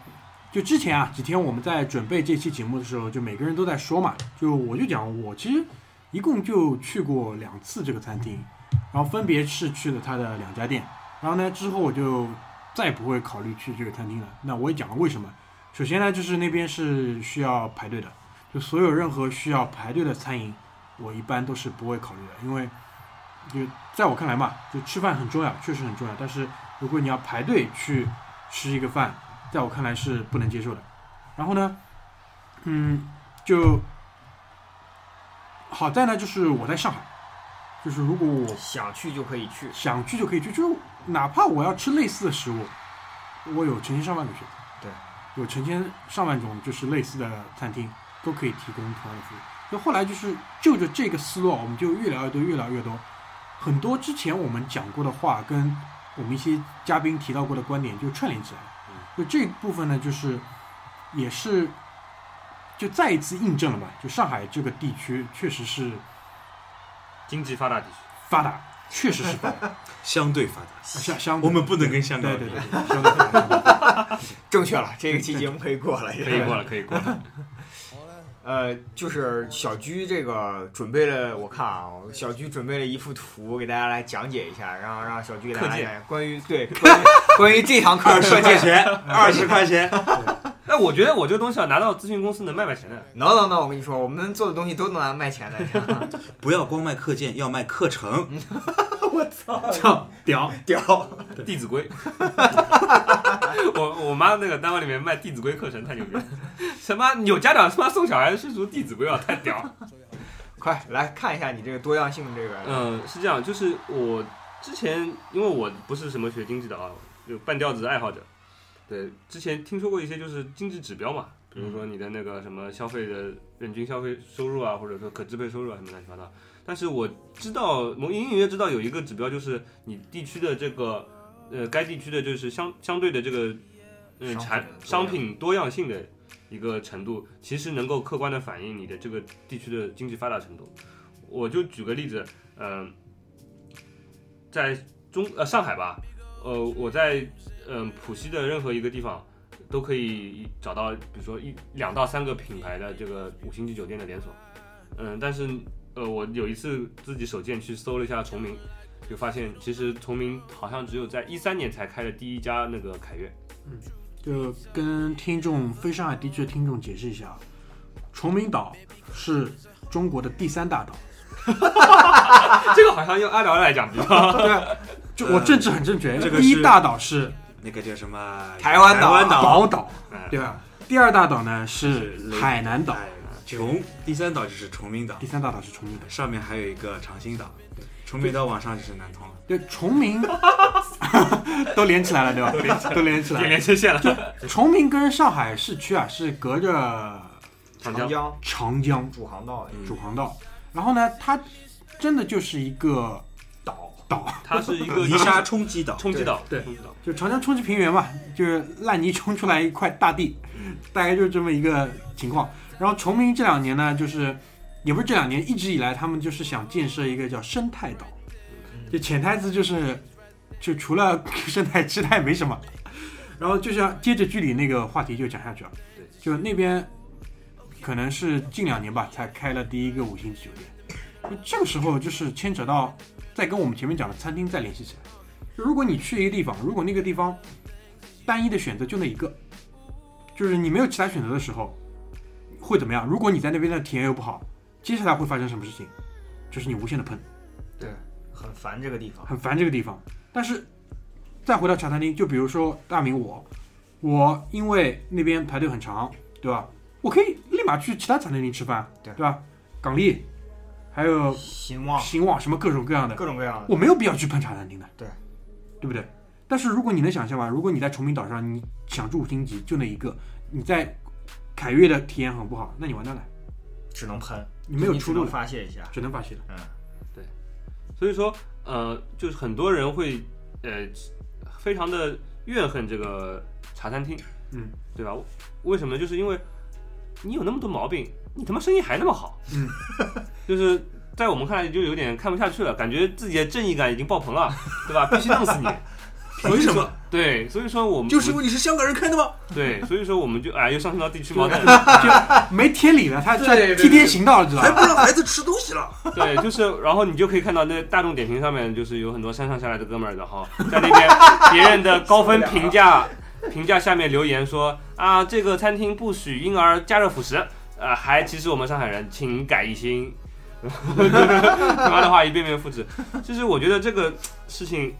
就之前啊几天我们在准备这期节目的时候，就每个人都在说嘛，就我就讲我其实一共就去过两次这个餐厅，然后分别是去了它的两家店，然后呢之后我就再也不会考虑去这个餐厅了。那我也讲了为什么，首先呢就是那边是需要排队的，就所有任何需要排队的餐饮，我一般都是不会考虑的，因为就在我看来嘛，就吃饭很重要，确实很重要。但是如果你要排队去吃一个饭，在我看来是不能接受的。然后呢，嗯，就好在呢，就是我在上海，就是如果我
想去就可以去，
想去就可以去，就是哪怕我要吃类似的食物，我有成千上万个选择，
对，
有成千上万种就是类似的餐厅都可以提供同样的服务。那后来就是就着这个思路啊，我们就越聊越多，越聊越多，很多之前我们讲过的话跟我们一些嘉宾提到过的观点就串联起来了。就这一部分呢，就是也是就再一次印证了吧，就上海这个地区确实是
经济发达地区，
发达，确实是发达，
相对发达，
相相
我们不能跟香港
对
比。
对对，对相对 发达。
正确了，这个期节目可以过了，
可以过了， 可以过了。
呃，就是小居这个准备了，我看啊，小居准备了一幅图给大家来讲解一下，然后让小居给大家
课
讲
件
讲关于对关于关于这堂课的课件。
钱，二十块钱，
那我觉得我这个东西啊，拿到咨询公司能卖卖钱的。
能能能，我跟你说，我们做的东西都能拿卖钱的，
不要光卖课件，要卖课程。
屌，
屌！
《弟子规》 我我妈那个单位里面卖《弟子规》课程太牛逼了， 什么有家长他妈送小孩是读《弟子规》啊，太屌了。
快来看一下你这个多样性这个，
嗯，是这样，就是我之前因为我不是什么学经济的啊，有半吊子爱好者，对，之前听说过一些就是经济指标嘛，比如说你的那个什么消费的人均消费收入啊，或者说可支配收入啊什么乱七八糟。但是我知道，我隐隐约知道有一个指标，就是你地区的这个，呃，该地区的就是相相对的这个，呃，产商
商品多样
品多样性的一个程度，其实能够客观的反映你的这个地区的经济发达程度。我就举个例子，嗯、在中呃上海吧，呃，我在嗯、浦西的任何一个地方都可以找到，比如说一两到三个品牌的这个五星级酒呃店的连锁，嗯、但是呃，我有一次自己手贱去搜了一下崇明，就发现其实崇明好像只有在一三年才开了第一家那个凯悦。
就跟听众非上海地区的听众解释一下，啊崇明岛是中国的第三大岛。
这个好像用阿辽来讲比较
就我政治很正确，
呃这个是
第一大岛是啊
那个叫什么
台湾岛
台湾岛，哎
宝岛，对吧？第二大岛呢是
是
海南岛，
哎琼第三岛就是崇明岛
第，三大岛是崇明岛。
上面还有一个长兴岛，崇明岛往上就是南通了。
对，崇明 都连起来了，对吧？都连起来，都连起
点
来
连接线了。
了。崇明跟上海市区啊是隔着
长江
长江
主航道
嗯
主航道，然后呢，它真的就是一个
岛，
岛，
它是一个
泥沙冲击 岛，
冲击岛，
对对
冲击岛。
就长江冲击平原嘛，就是烂泥冲出来一块大地， 大概就是这么一个情况。然后崇明这两年呢，就是也不是这两年，一直以来他们就是想建设一个叫生态岛，就潜台词就是，就除了生态之外没什么。 然后就是要接着剧里那个话题就讲下去了，就那边可能是近两年吧才开了第一个五星级酒店，就这个时候就是牵扯到再跟我们前面讲的餐厅再联系起来。如果你去一个地方，如果那个地方单一的选择就那一个，就是你没有其他选择的时候，会怎么样？如果你在那边的体验又不好，接下来会发生什么事情？就是你无限的喷，
很烦这个地方。
很烦这个地方。但是再回到茶餐厅，就比如说大明我，我因为那边排队很长，对吧？我可以立马去其他茶餐厅吃饭，
对
吧？港丽，还有
兴旺，
新旺什么各种各样的，
各种各样的。
我没有必要去喷茶餐厅的，
对，
对不对？但是如果你能想象吧，如果你在崇明岛上，你想住五星级就那一个，你在凯悦的体验很不好，那你完蛋了，
只能喷，
你没有
就
出
只
路
能
了，
发泄一下。
只能发泄了。
嗯，
所以说，呃，就是很多人会呃非常的怨恨这个茶餐厅，
嗯，
对吧？为什么呢？就是因为你有那么多毛病，你他妈生意还那么好，
嗯，
就是在我们看来就有点看不下去了，感觉自己的正义感已经爆棚了，对吧？必须弄死你。
凭什么？
对，所以说我们
就是因为你是香港人开的吗？
对，所以说我们就哎又上升到地区矛盾，
没天理了，他
对
在
对对
替天行道了，知道
还
吧？
不让 孩子吃东西了？
对，就是，然后你就可以看到那大众点评上面，就是有很多山上下来的哥们儿，然后在那边别人的高分评价评价下面留言说啊，这个餐厅不许婴儿加热辅食，啊，还歧视我们上海人，请改一 新。他妈的话一遍遍复制，就是我觉得这个事情，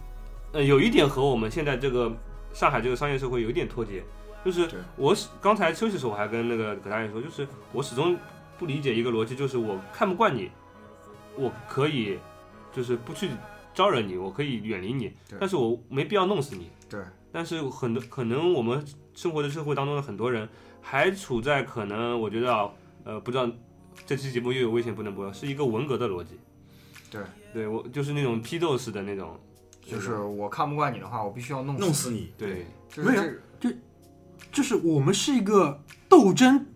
呃，有一点和我们现在这个上海这个商业社会有一点脱节，就是
对
我始刚才休息的时候我还跟那个葛大爷说，就是我始终不理解一个逻辑，就是我看不惯你，我可以就是不去招惹你，我可以远离你
对，
但是我没必要弄死你。
对，
但是很多可能我们生活的社会当中的很多人还处在可能我觉得啊，呃，不知道这期节目又有危险不能播，是一个文革的逻辑。
对，
对我就是那种批斗式的那种，
就是我看不惯你的话，我必须要弄
弄死你！
对
就是
没有
这个
就是我们是一个斗争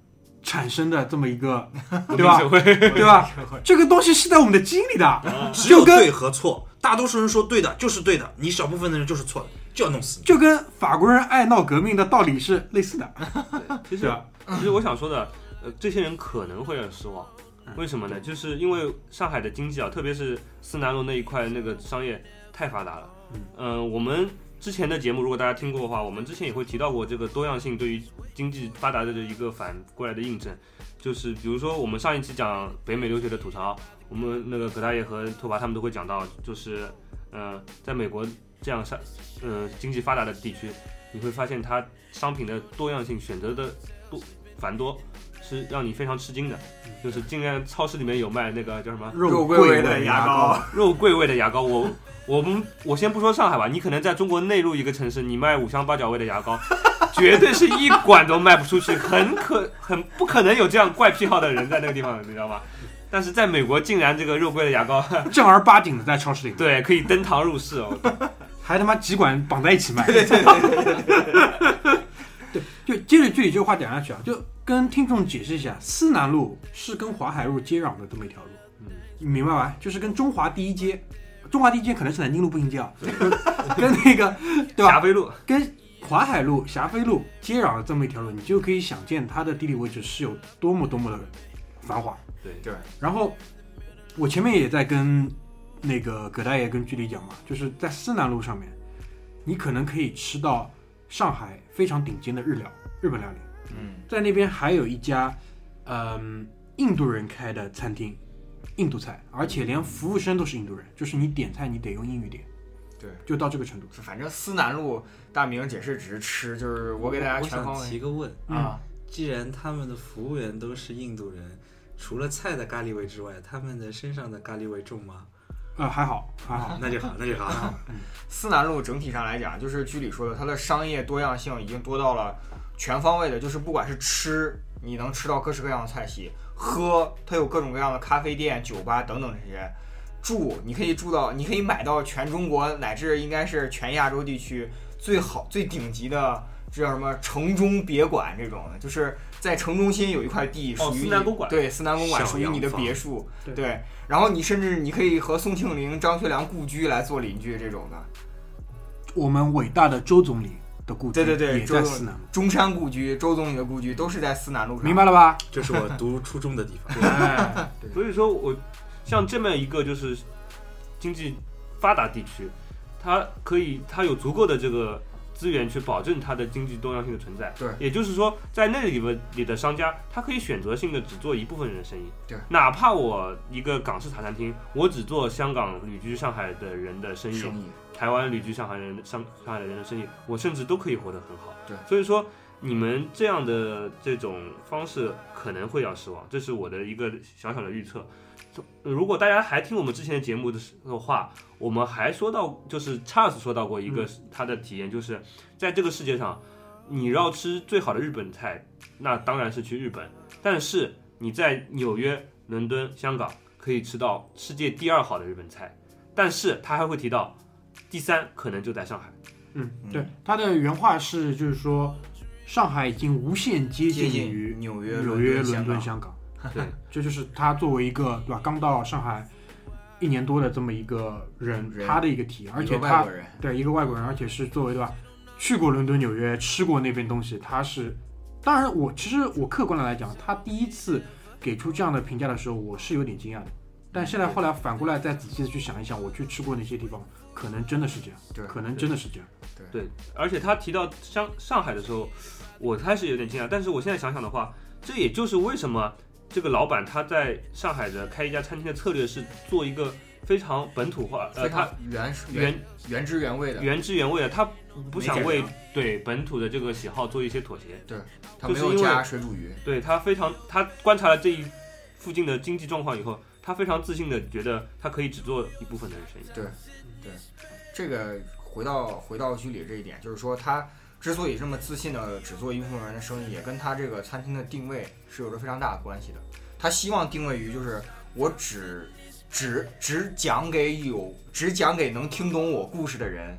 产生的这么一 个，对吧
社？会
对吧？这个东西是在我们的基因里的，
只有
就跟
对和错，大多数人说对的就是对的，你少部分的人就是错的，就要弄死你。
就跟法国人爱闹革命的道理是类似的，对
其实
吧？
其实我想说的，呃，这些人可能会很失望，为什么呢？就是因为上海的经济啊，特别是思南路那一块那个商业太发达了。
嗯
嗯、我们之前的节目如果大家听过的话，我们之前也会提到过这个多样性对于经济发达的一个反过来的印证，就是比如说我们上一期讲北美留学的吐槽，我们那个葛大爷和拓跋他们都会讲到，就是呃，在美国这样上呃经济发达的地区，你会发现它商品的多样性选择的多繁多，是让你非常吃惊的。就是尽量超市里面有卖那个叫什么
肉
桂
桂
味的
牙
牙
膏
膏，
肉桂味的牙膏，我 我们我先不说上海吧，你可能在中国内陆一个城市，你卖五香八角味的牙膏， 绝对是一管都卖不出去，很可很不可能有这样怪癖好的人在那个地方，你知道吗？但是在美国，竟然这个肉桂的牙膏，
正儿八经的在超市里，
对，可以登堂入室哦。
还他妈几管绑在一起卖。对对 对就接着具体这个话讲下去啊，就跟听众解释一下，思南路是跟华海路接壤的这么一条路，
嗯
你明白吧？就是跟中华第一街，中华第一街可能是南京路步行街啊， 跟那个对吧？
霞飞路，
跟华海路、霞飞路接壤的这么一条路，你就可以想见它的地理位置是有多么多么的繁华。
对
对。
然后我前面也在跟那个葛大爷跟居里讲嘛，就是在思南路上面，你可能可以吃到上海非常顶尖的日料、日本料理。
嗯，
在那边还有一家，嗯，印度人开的餐厅，印度菜，而且连服务生都是印度人，就是你点菜你得用英语点，
对，
就到这个程度。
反正思南路大明解释只是吃，就是我给大家
我
全
想
方
提
位
个问，
啊，
既然他们的服务员都是印度人，除了菜的咖喱味之外，他们的身上的咖喱味重吗？
呃，还好，还好。
那就好，那就好。
思南路整体上来讲，就是居里说的，它的商业多样性已经多到了全方位的，就是不管是吃，你能吃到各式各样的菜系；喝，它有各种各样的咖啡店、酒吧等等这些；住，你可以住到，你可以买到全中国乃至应该是全亚洲地区最好、最顶级的。这叫什么城中别馆这种的，就是在城中心有一块地，
哦
属于
思
你、
南公馆
对思南公馆
小
属于你的
洋房
别墅，
对
对。然后你甚至你可以和宋庆龄、张学良故居来做邻居这种的，
我们伟大的周总理的故居
对对对
也
周
在
总
思南路，
中山故居、周总理的故居都是在思南路上。
明白了吧？
这是我读初中的地 方。
哎，所以说我像这么一个就是经济发达地区，它可以它有足够的这个资源去保证它的经济多样性的存在。
对
也就是说，在那里边里的商家，他可以选择性的只做一部分人的生意。
对
哪怕我一个港式茶餐厅，我只做香港旅居上海的人的生意，
生意，
台湾旅居上海人的上上海人的生意，我甚至都可以活得很好。
对
所以说你们这样的这种方式可能会要失望，这是我的一个小小的预测。如果大家还听我们之前的节目的时候的话，我们还说到，就是呃 Charles 说到过一个他的体验，就是在这个世界上，你要吃最好的日本菜，那当然是去日本，但是你在纽约、伦敦、香港可以吃到世界第二好的日本菜，但是他还会提到第三可能就在上海。
嗯，
嗯
对，他的原话是就是说，上海已经无限接
接
近于
近纽约、
纽约、伦
香
敦、
港。
香港。
对，
这就是他作为一个对吧，刚到上海一年多的这么一个人，
人
他的一个体验，而
一
且
个外
他
国人，
对一个外国人，而且是作为对吧，去过伦敦、纽约，吃过那边东西，他是，当然我其实我客观的来讲，他第一次给出这样的评价的时候，我是有点惊讶的。但现在
嗯
后来反过来再仔细的去想一想，我去吃过那些地方，可能真的是这样，
对
可能真的是这样。
对，而且他提到上上海的时候，我开始有点惊讶，但是我现在想想的话，这也就是为什么这个老板他在上海的开一家餐厅的策略是做一个非常本土化，呃，
非
他
常原
原
原原汁原味的，
原汁原味的，他不想
没改
为
良
对本土的这个喜好做一些妥协，
他
就
没
是
有
因为
加水煮鱼。
对他非常，他观察了这一附近的经济状况以后，他非常自信的觉得他可以只做一部分的人生意。
这个回到回到居里这一点，就是说他之所以这么自信的只做一部分人的生意，也跟他这个餐厅的定位是有着非常大的关系的。他希望定位于就是我只只只讲给有只讲给能听懂我故事的人。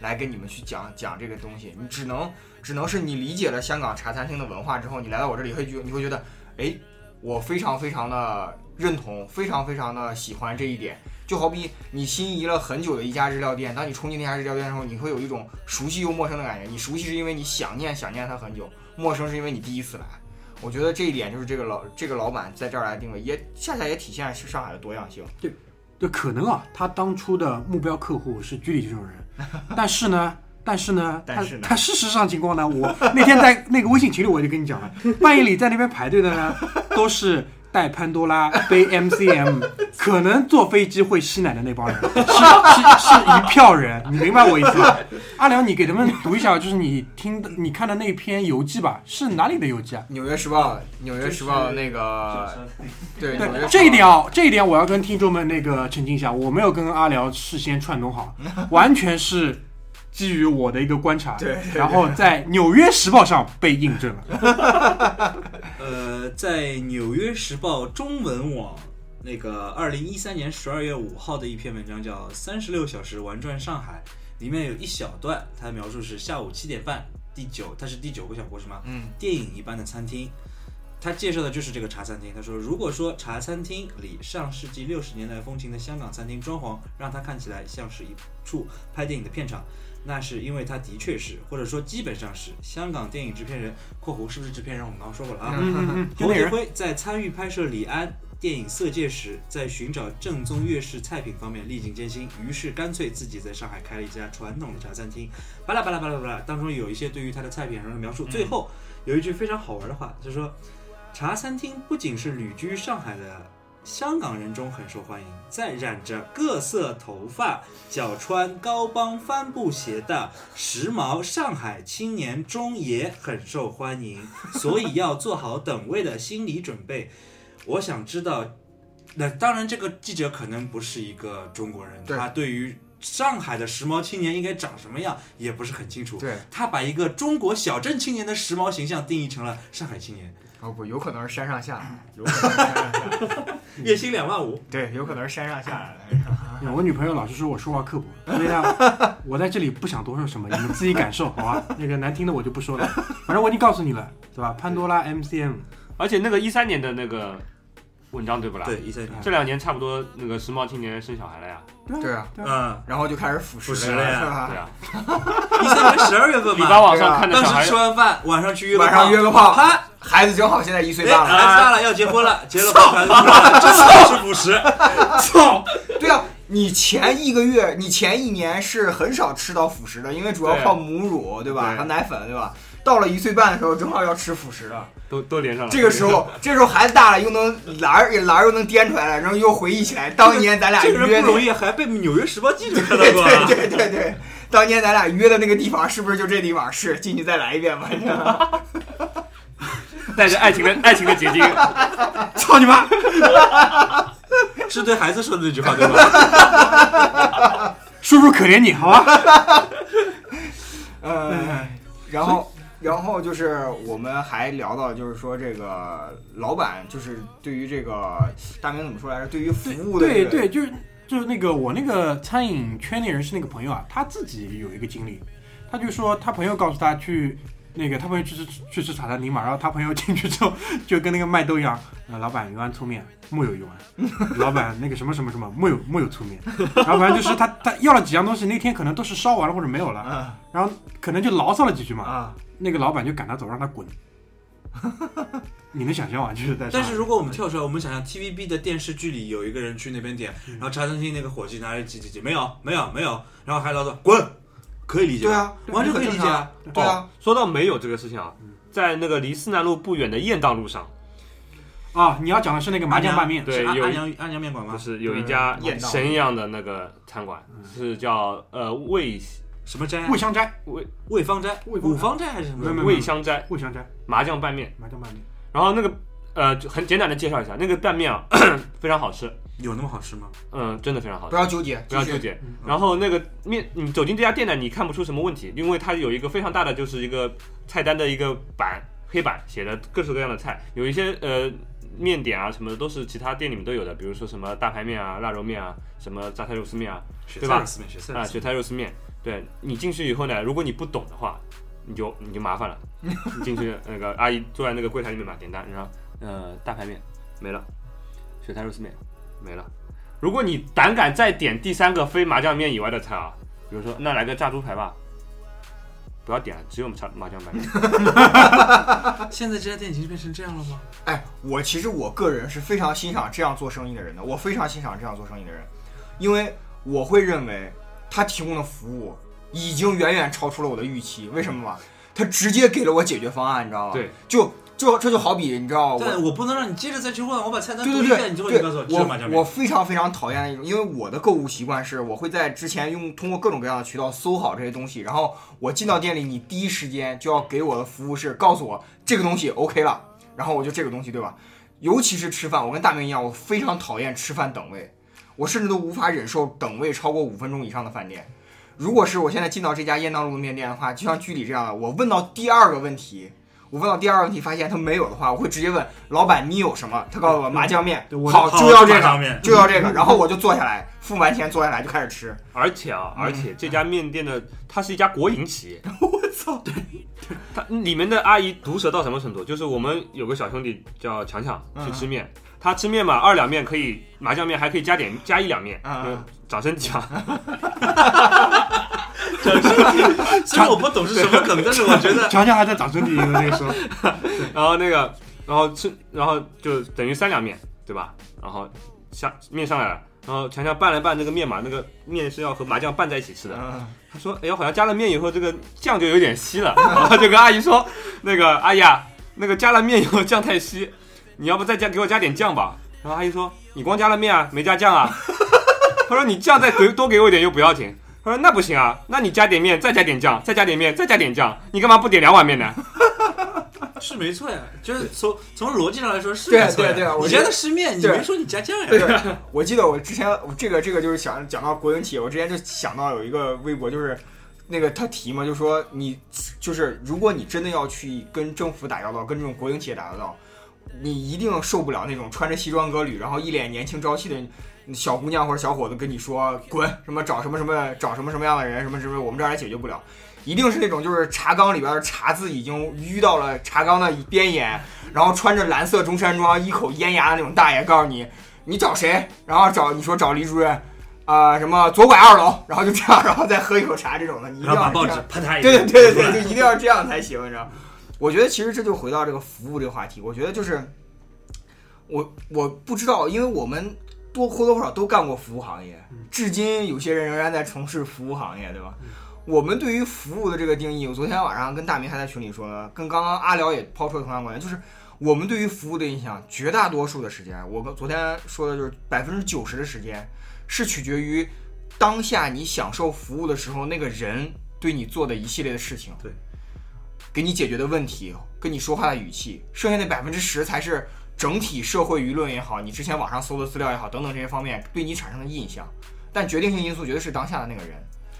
来跟你们去讲讲这个东西，你只能只能是你理解了香港茶餐厅的文化之后，你来到我这里会觉你会觉得，哎，我非常非常的认同，非常非常的喜欢这一点，就好比你心仪了很久的一家日料店，当你冲进那家日料店的时候，你会有一种熟悉又陌生的感觉。你熟悉是因为你想念想念它很久，陌生是因为你第一次来。我觉得这一点就是这个老这个老板在这儿来定位，也恰恰也体现了是上海的多样性。
就可能啊，他当初的目标客户是居里这种 人，但是呢，但是呢，
但是呢
他他事实上情况呢，我那天在那个微信群里我就跟你讲了，半夜里在那边排队的呢，都是带潘多拉、背 MCM，可能坐飞机会吸奶的那帮人，是是是一票人，你明白我意思吧？阿良，你给他们读一下，就是你听的、你看的那篇游记吧，是哪里的游记啊？
《纽约时报》《纽约时报》那个对纽约时
对
报
这一点啊，这一点我要跟听众们那个澄清一下，我没有跟阿辽事先串通 好，完全是基于我的一个观察，
对对对
然后在《纽约时报》上被印证了。
呃，在《纽约时报》中文网那个二零一三年十二月五号的一篇文章叫《三十六小时玩转上海》，里面有一小段，它描述是下午七点半，第九，它是第九个小故事吗？
嗯，
电影一般的餐厅。他介绍的就是这个茶餐厅。他说，如果说茶餐厅里上世纪六十年代风情的香港餐厅装潢让它看起来像是一处拍电影的片场，那是因为它的确是，或者说基本上是香港电影制片人（括弧是不是制片人？我们刚刚说过了啊）
嗯嗯嗯，就
侯
那
德
人，
辉在参与拍摄《李安》电影《色戒》时，在寻找正宗粤式菜品方面历尽艰辛，于是干脆自己在上海开了一家传统的茶餐厅。巴拉巴拉巴拉巴拉，当中有一些对于它的菜品上的描述，
嗯
最后有一句非常好玩的话，他说：“茶餐厅不仅是旅居上海的香港人中很受欢迎，在染着各色头发、脚穿高帮帆布鞋的时髦上海青年中也很受欢迎，所以要做好等位的心理准备。我想知道，那当然这个记者可能不是一个中国人，
对
他对于上海的时髦青年应该长什么样也不是很清楚。
对，
他把一个中国小镇青年的时髦形象定义成了上海青年，
哦不，有可能是山上下来，有可能是山上下来，
月薪两万五。
对，有可能是山上下来的。
我女朋友老是说我说话刻 薄，所以呢，我在这里不想多说什么，你们自己感受，好吧？那个难听的我就不说了，反正我已经告诉你了，对吧？潘多拉 MCM，
而且那个一三年的那个文章对不啦？
对，，一三年。
这两年差不多那个时髦青年生小孩了呀，
对啊，
嗯，
然后就开始腐
腐
蚀
蚀了呀
是吧
对？啊，
一三年十二月份
你把
嘛，
网上看的
啊
小
当
孩
时吃完饭晚上去约个
晚上约个
炮，
炮，
啪，
孩子正好现在一岁
哎，
半
孩
了。
子大了要结婚了，结了婚孩子出来了，这就是腐蚀。
操！ 对啊，你前一个月，你前一年是很少吃到辅食的，因为主要
对
靠母乳，对吧？
对
和奶粉，对吧？到了一岁半的时候，正好要吃辅 食了。
都都连上了。
这个时候，这时候孩子大了，又能篮儿篮儿又能颠出来了，然后又回忆起来当年咱 俩
这个
约
人
的
不 容易，还被《纽约时报》记者看到过啊。
对对对对，当年咱俩约的那个地方是不是就这地方？是，进去再来一遍吧。
带着爱情的爱情的结晶，
操你妈！
是对孩子说的这句话对吧？
叔叔可怜你，好吧？
呃，然后然后就是我们还聊到，就是说这个老板，就是对于这个大明怎么说来着？对于服务的这
对
个
对，就是就是那个我那个餐饮圈内人士那个朋友啊，他自己有一个经历，他就说他朋友告诉他去那个他朋友去吃去吃茶餐厅嘛，然后他朋友进去之后就跟那个麦兜一样，呃，老板有碗粗面，木有一碗，老板那个什么什么什么木有木有粗面，然后反正就是他他要了几样东西，那天可能都是烧完了或者没有了，
啊
然后可能就牢骚了几句嘛，
啊，
那个老板就赶他走，让他滚。你能想象吗？就是在上
但
海
是如果我们跳出来，我们想象 TVB 的电视剧里有一个人去那边点，然后茶餐厅那个伙计拿着几几几，没有没有没有，然后还唠叨滚，可以理解
对
吧，
啊，
完全可以理解啊。
对啊，嗯
说到没有这个事情啊，在那个离思南路不远的雁荡路上，
啊，你要讲的是那个麻
阿
酱
娘
拌面，
是
对
阿
有
阿
一
娘阿娘面馆
不
吗？
是有一家
雁荡
神一样的那个餐馆，
嗯
是叫呃味
什么斋啊？
味香斋，
味
魏方斋、
魏方斋
五方斋还是什么
没有
斋？
没有
味香斋
味香斋，
麻酱拌面，
麻酱拌面。
然后那个呃就很简单的介绍一下，那个拌面啊 非常好吃，
有那么好吃吗？
嗯，真的非常好吃
不。要纠结，
不要
继续
纠。结。然后那个面，嗯你走进这家店呢，你看不出什么问题，因为它有一个非常大的就是一个菜单的一个板黑板，写的各式各样的菜，有一些呃面点啊什么的都是其他店里面都有的，比如说什么大排面啊、腊肉面啊、什么榨菜肉丝面啊
雪
对
菜
吧
肉丝面，雪菜
啊、
肉丝
雪菜肉丝面。对你进去以后呢，如果你不懂的话，你就你就麻 烦了，你进去那个阿姨坐在那个柜台里面嘛，点单，然后呃大排面没了，雪菜肉丝面没了。如果你胆敢再点第三个非麻酱面以外的菜啊，比如说那来个炸猪排吧，不要点了，只有麻麻酱拌面。
面。啊现在这家店已经变成这样了吗？
哎，我其实我个人是非常欣赏这样做生意的人的，我非常欣赏这样做生意的人，因为我会认为他提供的服务已经远远超出了我的预期。为什么嘛？他直接给了我解决方案，你知道吗？
对，
就就这就好比你知道我
但我不能让你接着再去问，我把菜单读
对
一
对对，
遍，你最后就
对
告诉我，只有麻酱
我我
面。
非常非常讨厌的一种，因为我的购物习惯是，我会在之前用通过各种各样的渠道搜好这些东西，然后我进到店里，你第一时间就要给我的服务是告诉我这个东西 OK 了，然后我就这个东西，对吧？尤其是吃饭，我跟大明一样，我非常讨厌吃饭等位，我甚至都无法忍受等位超过五分钟以上的饭店。如果是我现在进到这家雁荡路的面店的话，就像剧里这样的，我问到第二个问题，我问到第二个问题发现他没有的话，我会直接问老板你有什么？他告诉我麻酱面
对我，
好
好
就要这
麻酱
个，
面
就要这个，然后我就坐下来，付完钱坐下来就开始吃。
而且啊，而且这家面店的它是一家国营企业，
嗯 我操！
它里面的阿姨毒舌到什么程度？就是我们有个小兄弟叫强强
嗯
去吃面，他吃面嘛，二两面可以，麻酱面还可以加点加一两面，
嗯
嗯，掌声响。
虽然我不懂是 什么梗，但是我觉得
强强还在掌声里，那个时候，
然后那个，然后吃，然后就等于三两面，对吧？然后下面上来了，然后强强拌了拌那个面嘛，那个面是要和麻酱拌在一起吃的。他说：“哎呀，好像加了面以后，这个酱就有点稀了。”然后就跟阿姨说：“那个阿姨啊，那个加了面以后酱太稀，你要不再加给我加点酱吧？”然后阿姨说：“你光加了面啊，没加酱啊。”他说：“你酱再给多给我一点又不要紧。”他说：“那不行啊，那你加点面，再加点酱，再加点面，再加点酱，你干嘛不点两碗面呢？”
是没错呀，就是从从逻辑上来说是
对
没错呀
对对我
你
觉
加
得
的是面，你
对
没说你加酱呀。
对， 我记得我之前我这个这个就是想讲到国营企业，我之前就想到有一个微博，就是那个他提嘛，就说你就是如果你真的要去跟政府打交道，跟这种国营企业打交道，你一定受不了那种穿着西装革履，然后一脸年轻朝气的小姑娘或者小伙子跟你说滚什么找什么什么找什么什么样的人什么什么，我们这儿也解决不了。一定是那种就是茶缸里边的茶渍已经淤到了茶缸的边沿，然后穿着蓝色中山装、一口烟牙的那种大爷，告诉你你找谁？然后找你说找李主任，啊、什么左拐二楼，然后就这样，然后再喝一口茶这种的，你一定
然后把
要
报
这
纸
样，
啪嗒一
对对
下。
对对，对，就一定要这样才行，你知道？我觉得其实这就回到这个服务这个话题，我觉得就是我我不知道，因为我们多或多或少都干过服务行业，至今有些人仍然在从事服务行业，对吧？我们对于服务的这个定义，我昨天晚上跟大明还在群里说呢，跟刚刚阿辽也抛出了同样观点，就是我们对于服务的印象，绝大多数的时间，我跟昨天说的就是百分之九十的时间是取决于当下你享受服务的时候，那个人对你做的一系列的事情，
对，
给你解决的问题，跟你说话的语气，剩下那百分之十才是整体社会舆论也好，你之前网上搜的资料也好，等等这些方面对你产生的印象。但决定性因素绝对是当下的那个人，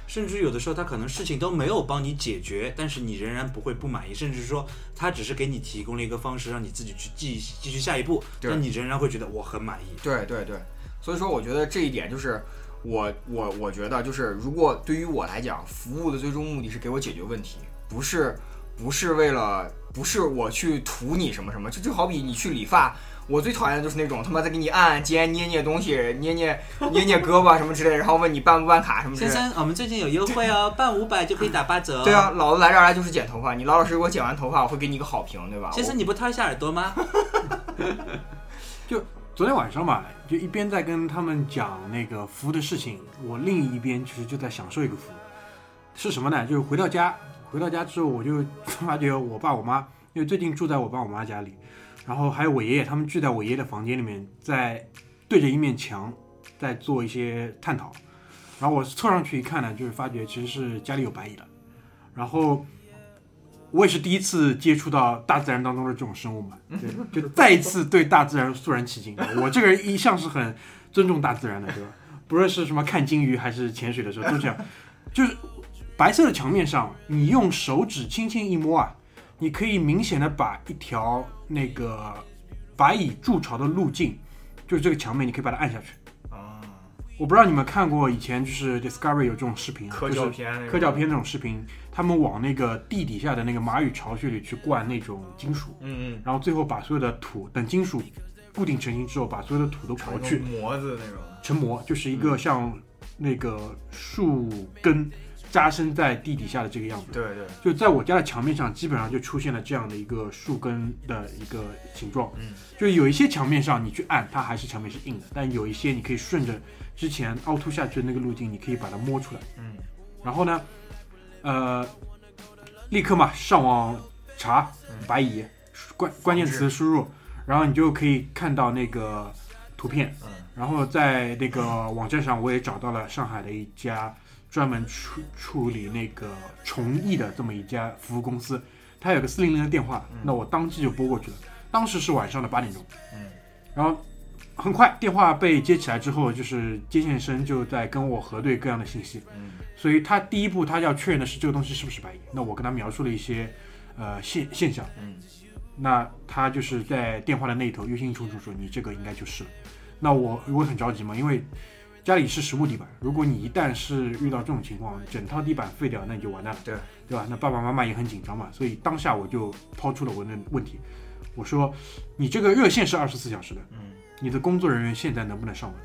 甚至有的时候他可能事情都没有帮你解决，但是你仍然不会不满意，甚至说他只是给你提供了一个方式，让你自己去继继续下一步，
对
但你仍然会觉得我很满意。
对对对，所以说我觉得这一点就是我我我觉得就是，如果对于我来讲，服务的最终目的是给我解决问题，不是不是为了不是我去图你什么什么，这就好比你去理发。我最讨厌的就是那种他妈在给你按按肩、捏捏东西、捏捏捏捏胳膊什么之类的，然后问你办不办卡什么之类
先
的。
生，我们最近有优惠哦，办五百就可以打八折。
对啊，，老子来这儿来就是剪头发，你老老实实给我剪完头发，我会给你一个好评，对吧？
先生你不掏一下耳朵吗？
昨天晚上吧，就一边在跟他们讲那个服务的事情，我另一边其实就在享受一个服务，是什么呢？就是回到家，回到家之后，我就 发觉我爸我妈，因为最近住在我爸我妈家里，然后还有我爷爷，他们聚在我爷爷的房间里面，在对着一面墙在做一些探讨。然后我凑上去一看呢，就是发觉其实是家里有白蚁了。然后我也是第一次接触到大自然当中的这种生物嘛，对，就再一次对大自然肃然起敬。我这个人一向是很尊重大自然的，对吧？ 不论是什么看鲸鱼还是潜水的时候，都这样，就是白色的墙面上，你用手指轻轻一摸啊，你可以明显的把一条那个白蚁筑巢的路径，就是这个墙面，你可以把它按下去。
啊，
我不知道你们看过以前就是 Discovery 有这种视频啊，
科
就是
教片那种，
科教片那种视频，他们往那个地底下的那个蚂蚁巢穴里去灌那种金属，
嗯
然后最后把所有的土等金属固定成型之后，把所有的土都
嗯，
刨去
模子那种，
成膜，就是一个像那个树根扎深在地底下的这个样子。
对对，
就在我家的墙面上，基本上就出现了这样的一个树根的一个形状。
嗯，
就有一些墙面上你去按，它还是墙面是硬的，但有一些你可以顺着之前凹凸下去的那个路径，你可以把它摸出来。
嗯
然后呢，呃，立刻嘛上网查
嗯
白蚁关关键词输入，然后你就可以看到那个图片。
嗯。
然后在那个网站上，我也找到了上海的一家专门处处理那个虫蚁的这么一家服务公司，它有个四零零的电话
嗯，
那我当即就拨过去了。当时是晚上的八点钟，
嗯
然后很快电话被接起来之后，就是接线生就在跟我核对各样的信息。
嗯
所以他第一步他要确认的是这个东西是不是白蚁。那我跟他描述了一些呃现现象，
嗯
那他就是在电话的那一头忧心忡忡说你这个应该就是了。那我我很着急嘛，因为家里是实木地板，如果你一旦是遇到这种情况，整套地板废掉，那你就完蛋了，
对
对吧？那爸爸妈妈也很紧张嘛，所以当下我就抛出了我的问题，我说你这个热线是二十四小时的，
嗯
你的工作人员现在能不能上门？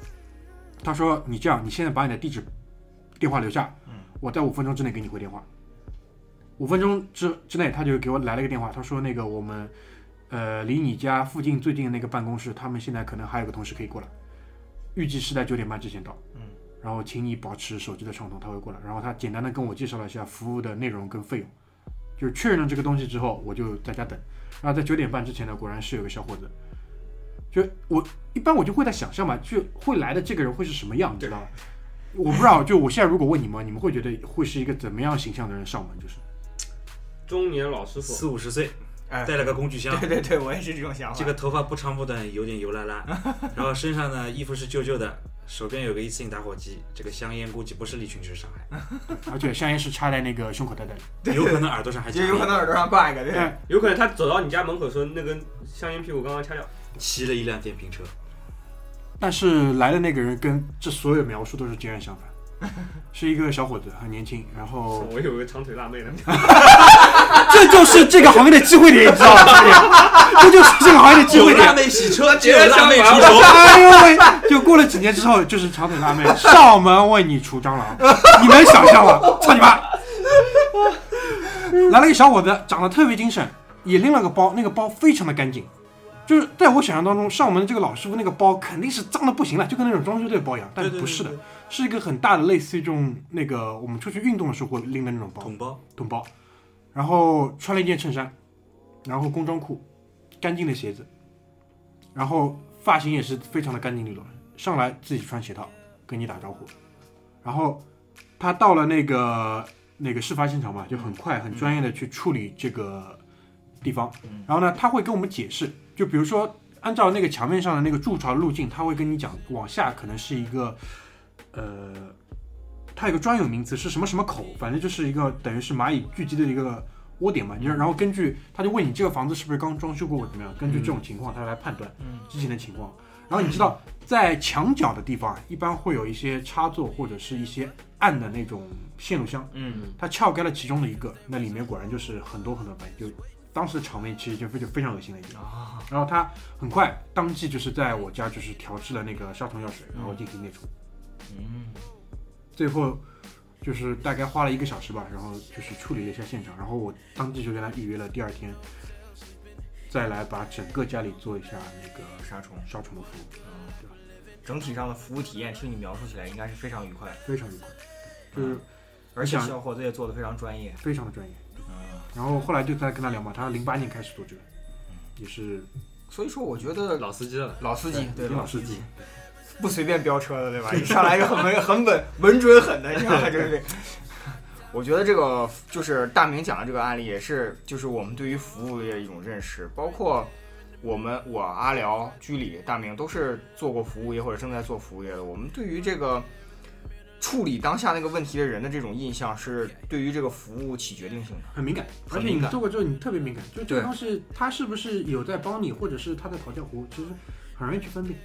他说你这样，你现在把你的地址、电话留下，
嗯
我在五分钟之内给你回电话。五分钟之之内，他就给我来了一个电话，他说那个我们呃，离你家附近最近的那个办公室，他们现在可能还有个同事可以过来，预计是在九点半之前到。
嗯，
然后请你保持手机的畅通，他会过来。然后他简单的跟我介绍了一下服务的内容跟费用，就是确认了这个东西之后，我就在家等。然后在九点半之前呢，果然是有个小伙子，就我一般我就会在想象嘛，就会来的这个人会是什么样，你知道吧？我不知道， 就我现在如果问你们，你们会觉得会是一个怎么样形象的人上门？就是
中年老师傅，
四五十岁，
哎，
带了个工具箱
对，对对，我也是这种想法。
这个头发不长不短，有点油拉 拉，然后身上呢衣服是旧旧的，手边有个一次性打火机，这个香烟估计不是利群就是上海，
而且香烟是插在那个胸口袋袋里。
有可能耳朵上还
就
加
嗯有可能
了
耳朵上挂一个，对，
哎
有可能他走到你家门口说那根香烟屁股刚刚掐掉，
骑了一辆电瓶车，
但是来的那个人跟这所有描述都是截然相反，是一个小伙子，很年轻，然后
我有个长腿辣 妹的，
这就是这个行业的机会点，你知道吗？这就是这个行业的机
有
会
辣
点。
妹洗车，就
截
有
然
辣妹
相
出
反
手，
哎呦喂！就过了几年之后，就是长腿辣妹上门为你除蟑螂，你能想象吗？操你妈！来了一个小伙子，长得特别精神，也拎了个包，那个包非常的干净，就是在我想象当中，上门的这个老师傅那个包肯定是脏的不行了，就跟那种装修队包一样，但
对
是
对
不是的
对，
是一个很大的类似于这种那个我们出去运动的时候会拎的那种包，
桶包，
桶包，然后穿了一件衬衫，然后工装裤，干净的鞋子，然后发型也是非常的干净利落，上来自己穿鞋套跟你打招呼，然后他到了那个那个事发现场嘛，就很快很专业的去处理这个地方，然后呢他会跟我们解释，就比如说按照那个墙面上的那个筑巢路径，他会跟你讲往下可能是一个呃。它有个专有名词是什么什么口，反正就是一个等于是蚂蚁聚集的一个窝点嘛。你
嗯
然后根据他就问你这个房子是不是刚装修过或怎么样，根据这种情况他来判断
嗯
之前的情况。然后你知道在墙角的地方啊，一般会有一些插座或者是一些暗的那种线路箱，
嗯，
他撬开了其中的一个，那里面果然就是很多很多白蚁，就当时的场面其实就非就非常恶心了已经。
啊，
然后他很快当即就是在我家就是调制了那个杀虫药水，然后进行灭除。
嗯，
最后就是大概花了一个小时吧，然后就是处理了一下现场，然后我当即就跟他预约了第二天，再来把整个家里做一下那个
杀虫，
杀虫的服务，
整体上的服务体验听你描述起来应该是非常愉快，
非常愉快，
啊
就是
而且
想
小伙子也做的非常专业，
非常的专业。
嗯。
然后后来就在跟他聊嘛，他零八年开始做这个，也是
所以说，我觉得
老司机了，
老司机对
丁嗯老
老
司
司
机
机，不随便飙车的，对吧？一上来就很稳、很稳、稳准狠的，你知道吗？就是这。我觉得这个就是大明讲的这个案例，也是就是我们对于服务的一种认识，包括我们我阿辽、居里、大明都是做过服务业或者正在做服务业的，我们对于这个处理当下那个问题的人的这种印象，是对于这个服务起决定性的。
很敏感，而
很
且你
敏感
做过之后你特别敏感，就这个
对
东西他是不是有在帮你，或者是他在讨价还价，其实很容易去分辨。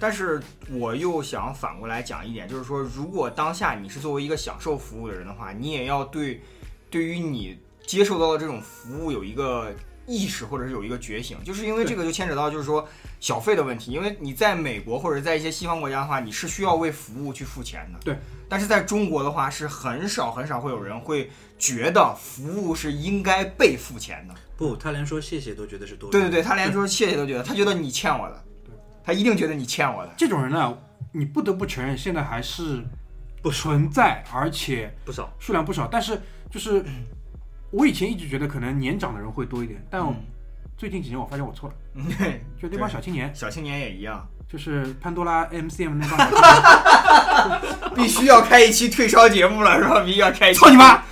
但是我又想反过来讲一点，就是说，如果当下你是作为一个享受服务的人的话，你也要对对于你接受到的这种服务有一个意识，或者是有一个觉醒，就是因为这个就牵扯到就是说小费的问题，因为你在美国或者在一些西方国家的话，你是需要为服务去付钱的。
对。
但是在中国的话，是很少很少会有人会觉得服务是应该被付钱的。
不，他连说谢谢都觉得是多余，
对对对，他连说谢谢都觉得，他觉得你欠我的，他一定觉得你欠我的。
这种人呢，你不得不承认现在还是不存在，而且
不少，
数量不少，但是就是
嗯
我以前一直觉得可能年长的人会多一点，但我最近几年我发现我错了，
嗯，对。
就那帮
嗯对
小青年，
小青年也一样，
就是潘多拉 MCM 那帮小青 年，
必须要开一期退烧节目了，是吧？必须要开一期。
操你！妈，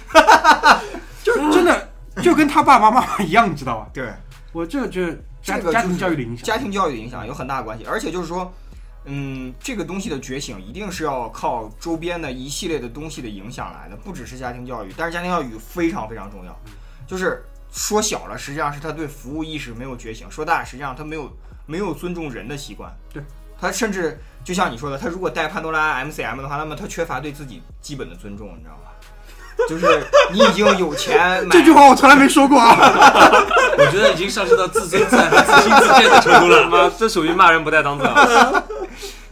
就是真 的就跟他爸爸妈妈一样，你知道吧？
对，
我这就是家
这个就是
家庭教育的影响，
家庭教育的影响有很大的关系，而且就是说，嗯，这个东西的觉醒一定是要靠周边的一系列的东西的影响来的，不只是家庭教育，但是家庭教育非常非常重要。就是说小了，实际上是他对服务意识没有觉醒；说大了，实际上他没有没有尊重人的习惯。
对，
他甚至就像你说的，他如果带潘多拉 MCM 的话，那么他缺乏对自己基本的尊重，你知道吧？就是你已经有钱买，
这句话我从来没说过啊。
我觉得已经上升到自尊自爱和自信自贱 的程度了，
他妈这属于骂人不带啊当 的，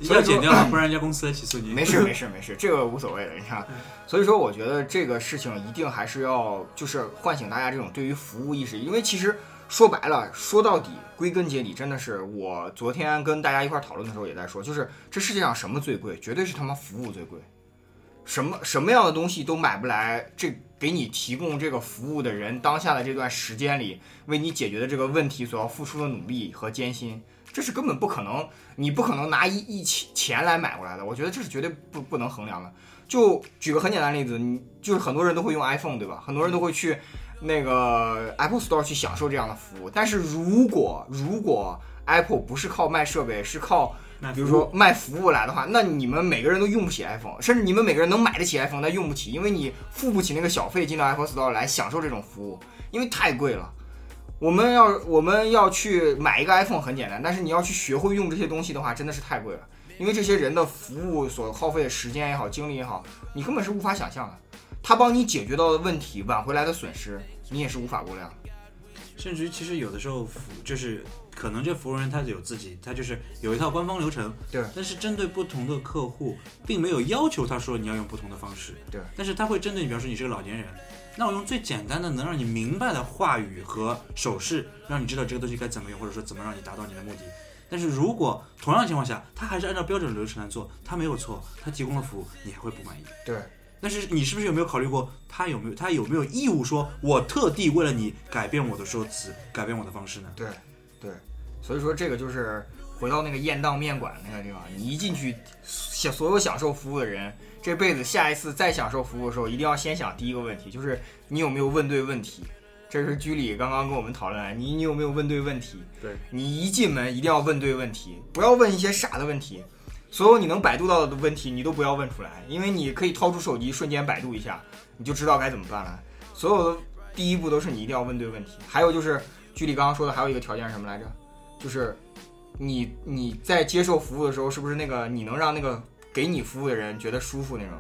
要剪掉了，不然人家公司来起诉你。
没事没事没事，这个无所谓的，你看。所以说，我觉得这个事情一定还是要就是唤醒大家这种对于服务意识，因为其实说白了，说到底，归根结底，真的是我昨天跟大家一块儿讨论的时候也在说，就是这世界上什么最贵，绝对是他妈服务最贵。什么什么样的东西都买不来，这给你提供这个服务的人当下的这段时间里，为你解决的这个问题所要付出的努力和艰辛，这是根本不可能，你不可能拿一一钱钱来买过来的。我觉得这是绝对不不能衡量的。就举个很简单的例子，你就是很多人都会用 iPhone，对吧？很多人都会去那个 Apple Store 去享受这样的服务。但是如果如果 Apple 不是靠卖设备，是靠
那
比如说卖服务来的话，那你们每个人都用不起 iPhone，甚至你们每个人能买得起 iPhone，但用不起，因为你付不起那个小费进到 Apple Store 来享受这种服务，因为太贵了。我们要我们要去买一个 iPhone 很简单，但是你要去学会用这些东西的话，真的是太贵了。因为这些人的服务所耗费的时间也好，精力也好，你根本是无法想象的。他帮你解决到的问题，挽回来的损失，你也是无法估量的。
甚至于其实有的时候服就是可能这服务人他有自己，他就是有一套官方流程，
对
但是针对不同的客户，并没有要求他说你要用不同的方式，
对。
但是他会针对你，比方说你是个老年人，那我用最简单的能让你明白的话语和手势，让你知道这个东西该怎么用，或者说怎么让你达到你的目的。但是如果同样情况下，他还是按照标准流程来做，他没有错，他提供了服务，你还会不满意。
对，
但是你是不是有没有考虑过他有没有他有没有义务说，我特地为了你改变我的说辞，改变我的方式呢？
对，对，所以说这个就是回到那个雁荡面馆那个地方，你一进去，享所有享受服务的人，这辈子下一次再享受服务的时候，一定要先想第一个问题，就是你有没有问对问题。这是居里刚刚跟我们讨论的，你你有没有问对问题？
对
你一进门一定要问对问题，不要问一些傻的问题。所有你能百度到的问题，你都不要问出来，因为你可以掏出手机瞬间百度一下，你就知道该怎么办了。所有的第一步都是你一定要问对问题。还有就是居里刚刚说的还有一个条件是什么来着？就是你你在接受服务的时候，是不是那个你能让那个给你服务的人觉得舒服那种？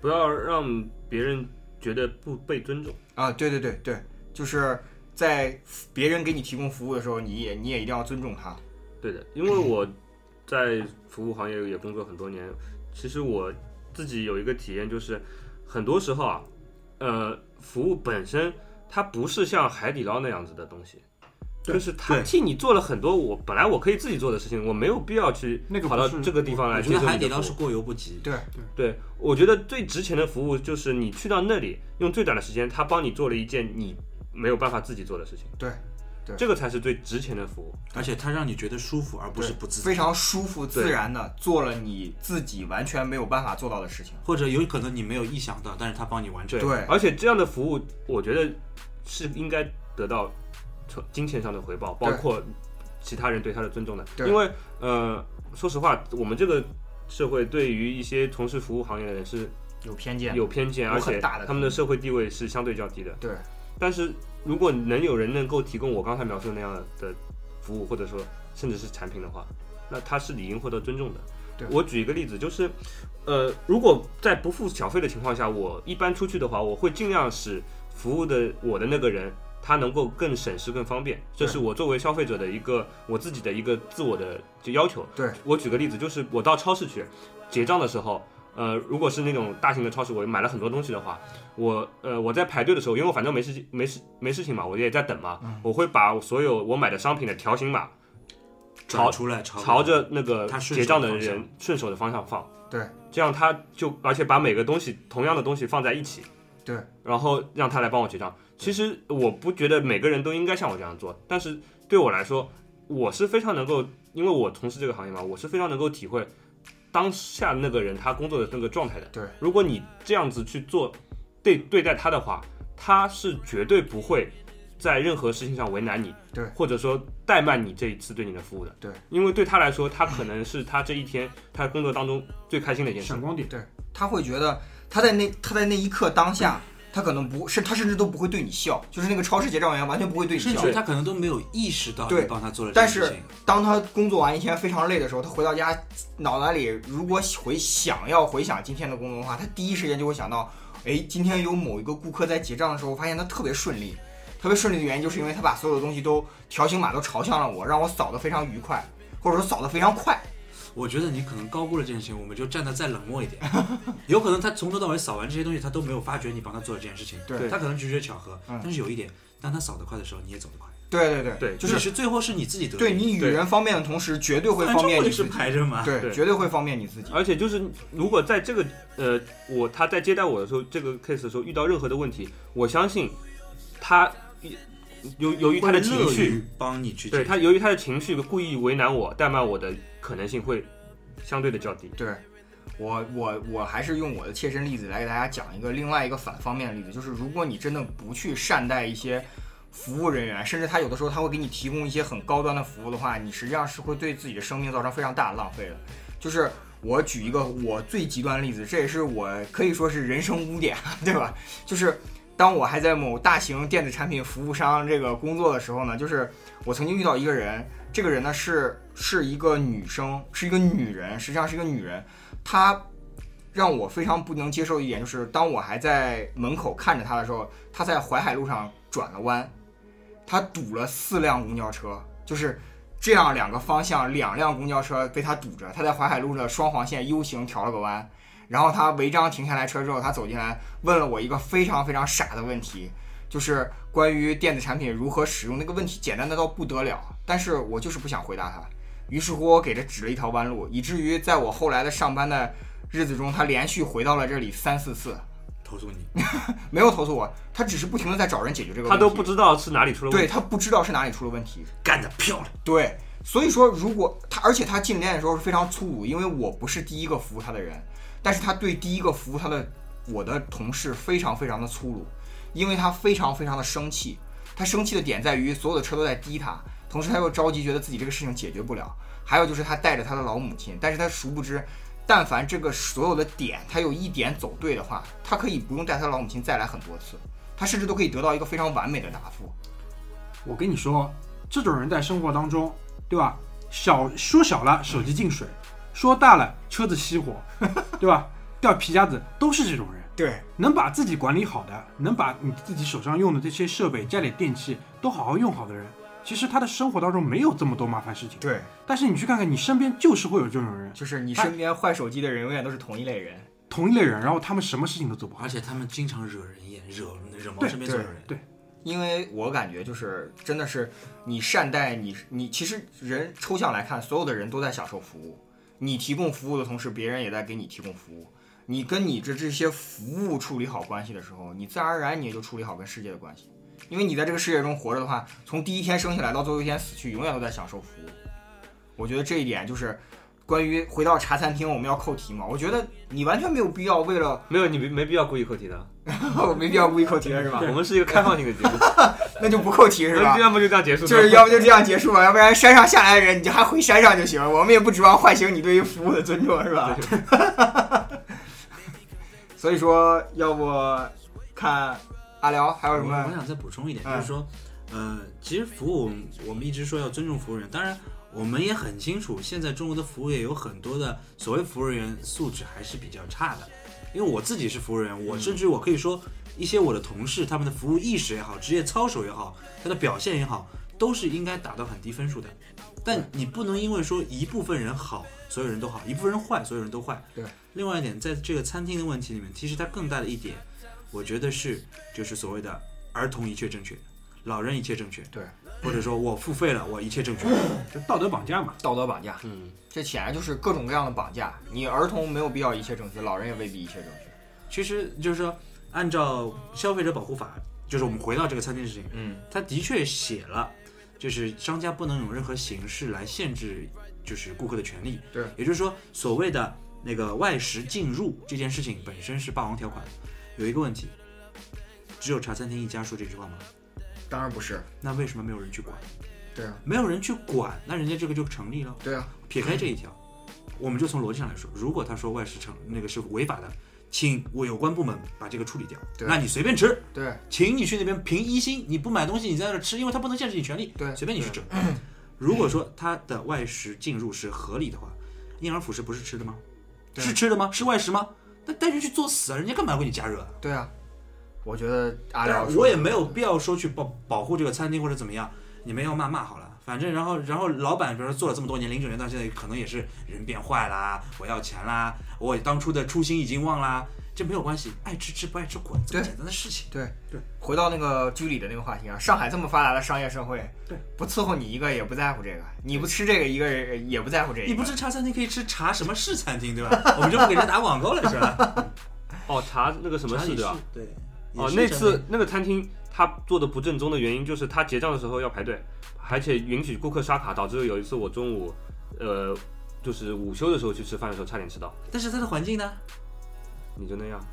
不要让别人觉得不被尊重。
啊，对对对对，就是在别人给你提供服务的时候，你也你也一定要尊重他。
对的，因为我在服务行业也工作很多年，其实我自己有一个体验，就是很多时候啊，呃，服务本身它不是像海底捞那样子的东西。
对
就是他
对
替你做了很多我本来我可以自己做的事情，我没有必要去
那个不
跑到
是
这个地方来
哎
我
接受
觉得
你的
海底捞
服务
是过犹不及。
对
对，我觉得最值钱的服务就是你去到那里，用最短的时间，他帮你做了一件你没有办法自己做的事情。
对，对
这个才是最值钱的服务。
而且它让你觉得舒服，而不是
对
不自在。
非常舒服自
对
然的做了你自己完全没有办法做到的事情。
或者有可能你没有意想到，但是他帮你完成。
对
而且这样的服务，我觉得是应该得到金钱上的回报，包
对
括其他人对他的尊重的。
对
因为呃，说实话，我们这个社会对于一些从事服务行业的人是
有偏见，
有偏见，
有
而
很
且
大的
他们的
偏见
社会地位是相对较低的。
对
但是如果能有人能够提供我刚才描述的那样的服务，或者说甚至是产品的话，那他是理应获得尊重的。
对
我举一个例子，就是，呃，如果在不付小费的情况下，我一般出去的话，我会尽量使服务的我的那个人他能够更省事、更方便，这
对
是我作为消费者的一个我自己的一个自我的就要求。
对，
我举个例子，就是我到超市去结账的时候，呃，如果是那种大型的超市，我买了很多东西的话，我呃我在排队的时候，因为我反正没事情没事没事情嘛，我也在等嘛，
嗯
我会把我所有我买的商品的条形码
找
朝
出来，朝
朝着那个
他顺手
结账
的
的
方向
人顺手的方向放，
对，
这样他就而且把每个东西同样的东西放在一起，
对，
然后让他来帮我结账。其实我不觉得每个人都应该像我这样做，但是对我来说，我是非常能够，因为我从事这个行业嘛，我是非常能够体会当下那个人他工作的那个状态的。
对，
如果你这样子去做，对对待他的话，他是绝对不会在任何事情上为难你，
对
或者说怠慢你这一次对你的服务的，
对，
因为对他来说，他可能是他这一天他工作当中最开心的一件事
闪。光点，
他会觉得他在那他在那一刻当下，他可能不是他甚至都不会对你笑，就是那个超市结账员完全不会对你
甚
笑
至。他可能都没有意识到你
对
帮他做了这
但
件
是
事情。
当他工作完一天非常累的时候，他回到家，脑袋里如果回想要回想今天的工作的话，他第一时间就会想到，哎，今天有某一个顾客在结账的时候，我发现他特别顺利，特别顺利的原因就是因为他把所有的东西都条形码都朝向了我，让我扫得非常愉快，或者说扫得非常快。
我觉得你可能高估了这件事情，我们就站得再冷漠一 点。有可能他从头到尾扫完这些东西，他都没有发觉你帮他做了这件事情，
对
他可能只是巧合。
嗯
但是有一点，当他扫得快的时候，你也走得快。
对对对，
对，就
就是是最后是你自己得利。
对你与人方便的同时，绝对会
观
方
众
便
也
你
是
自己。
排着嘛。
对，
对
绝对会方便你自己。
而且就是，如果在这个呃，我他在接待我的时候，这个 case 的时候遇到任何的问题，我相信他由由于他的情绪，
帮你去解
对
决。
他由于他的情绪故意为难我、怠慢我的可能性会相对的较低。
对，我我我还是用我的切身例子来给大家讲一个另外一个反方面的例子，就是如果你真的不去善待一些服务人员，甚至他有的时候他会给你提供一些很高端的服务的话，你实际上是会对自己的生命造成非常大的浪费的。就是我举一个我最极端的例子，这也是我可以说是人生污点，啊对吧？就是当我还在某大型电子产品服务商这个工作的时候呢，就是我曾经遇到一个人，这个人呢是是一个女生，是一个女人，实际上是一个女人，她让我非常不能接受的一点就是，当我还在门口看着她的时候，她在淮海路上转了弯，她堵了四辆公交车，就是。这样两个方向，两辆公交车被她堵着，她在淮海路的双黄线 U 型调了个弯，然后她违章停下来车之后，她走进来问了我一个非常非常傻的问题，就是关于电子产品如何使用那个问题，简单的到不得了，但是我就是不想回答他。于是乎，我给他指了一条弯路，以至于在我后来的上班的日子中，他连续回到了这里三四次，
投诉你，
没有投诉我，他只是不停的在找人解决这个问题。
他都不知道是哪里出了问
对
题。
他不知道是哪里出了问题。
干得漂亮！
对，所以说如果他，而且他进店的时候是非常粗鲁，因为我不是第一个服务他的人，但是他对第一个服务他的我的同事非常非常的粗鲁，因为他非常非常的生气，他生气的点在于所有的车都在滴他，同时他又着急，觉得自己这个事情解决不了，还有就是他带着他的老母亲，但是他殊不知。但凡这个所有的点，他有一点走对的话，他可以不用带他老母亲再来很多次，他甚至都可以得到一个非常完美的答复。
我跟你说，这种人在生活当中，对吧？小说小了手机进水，说大了车子熄火， 对吧？掉皮夹子都是这种人。
对，
能把自己管理好的，能把你自己手上用的这些设备、家里电器都好好用好的人，其实他的生活当中没有这么多麻烦事情。
对，
但是你去看看，你身边就是会有这种人，
就是你身边坏手机的人永远都是同一类人。
同一类人，然后他们什么事情都做不好
而。且他们经常惹人厌，惹惹毛
对
身边所有人。
对
因为我感觉就是真的是你善待你你，其实人抽象来看，所有的人都在享受服务。你提供服务的同时，别人也在给你提供服务。你跟你这这些服务处理好关系的时候，你自然而然你也就处理好跟世界的关系。因为你在这个世界中活着的话，从第一天生下来到最后一天死去，永远都在享受服务。我觉得这一点就是关于回到茶餐厅，我们要扣题嘛。我觉得你完全没有必要为了
没有，你没没必要故意扣题的。
我没必要故意扣题了是吧？
我们是一个开放性的节目，
那就不扣题是吧
那？要么就这样结束。
就是要不就这样结束吧，要不然山上下来的人，你就还回山上就行。我们也不指望唤醒你对于服务的尊重，是吧？ 所以说，要不看阿辽还有什
我我
么？
想再补充一点，
嗯
就是说，呃，其实服务我们我们一直说要尊重服务人，当然我们也很清楚，现在中国的服务业有很多的所谓服务人员素质还是比较差的，因为我自己是服务人员，
嗯
我甚至我可以说一些我的同事他们的服务意识也好，职业操守也好，他的表现也好，都是应该打到很低分数的。但你不能因为说一部分人好，所有人都好；一部分人坏，所有人都坏。
对。
另外一点，在这个餐厅的问题里面，其实它更大的一点，我觉得是就是所谓的儿童一切正确，老人一切正确。
对。
或者说我付费了，我一切 正确。
就道德绑架嘛，
道德绑架，
嗯，
这显然就是各种各样的绑架。你儿童没有必要一切正确，老人也未必一切正确。
其实就是说，按照消费者保护法，就是我们回到这个餐厅的事情，
嗯，
它的确写了，就是商家不能用任何形式来限制就是顾客的权利。
对，
也就是说，所谓的那个外食进入这件事情本身是霸王条款。有一个问题，只有茶餐厅一家说这句话吗？
当然不是。
那为什么没有人去管？
对啊，
没有人去管，那人家这个就成立了。
对啊，
撇开这一条，我们就从逻辑上来说，如果他说外食成那个是违法的，请我有关部门把这个处理掉。
对
那你随便吃，
对
请你去那边凭一心，你不买东西你在那儿吃，因为他不能限制你权利，
对
随便你去整。 如果说他的外食进入是合理的话，婴儿辅食不是吃的吗？
对
是吃的吗？是外食吗？那带人去作死啊！人家干嘛要给你加热啊？
对啊，我觉得
当
阿辽
然，我也没有必要说去保保护这个餐厅或者怎么样，你们要骂骂好了。反正然后然后老板，比如说做了这么多年，零九年到现在，可能也是人变坏啦，我要钱啦，我当初的初心已经忘啦。这没有关系，爱吃吃，不爱吃滚，这么
对
简单的事情。
对
对，
回到那个居里的那个话题啊，上海这么发达的商业社会，
对，
不伺候你一个也不在乎这个，你不吃这个一个人也不在乎这个，
你不吃茶餐厅可以吃茶什么是餐厅对吧？我们就不给人打广告了是吧？
哦，查那个 什么
茶
事
也
对吧？
对。
哦
也，是
那
这样
次那个餐厅他做的不正宗的原因就是他结账的时候要排队，而且允许顾客刷卡，导致有一次我中午，呃，就是午休的时候去吃饭的时候差点迟到。
但是它的环境呢？
你就那样，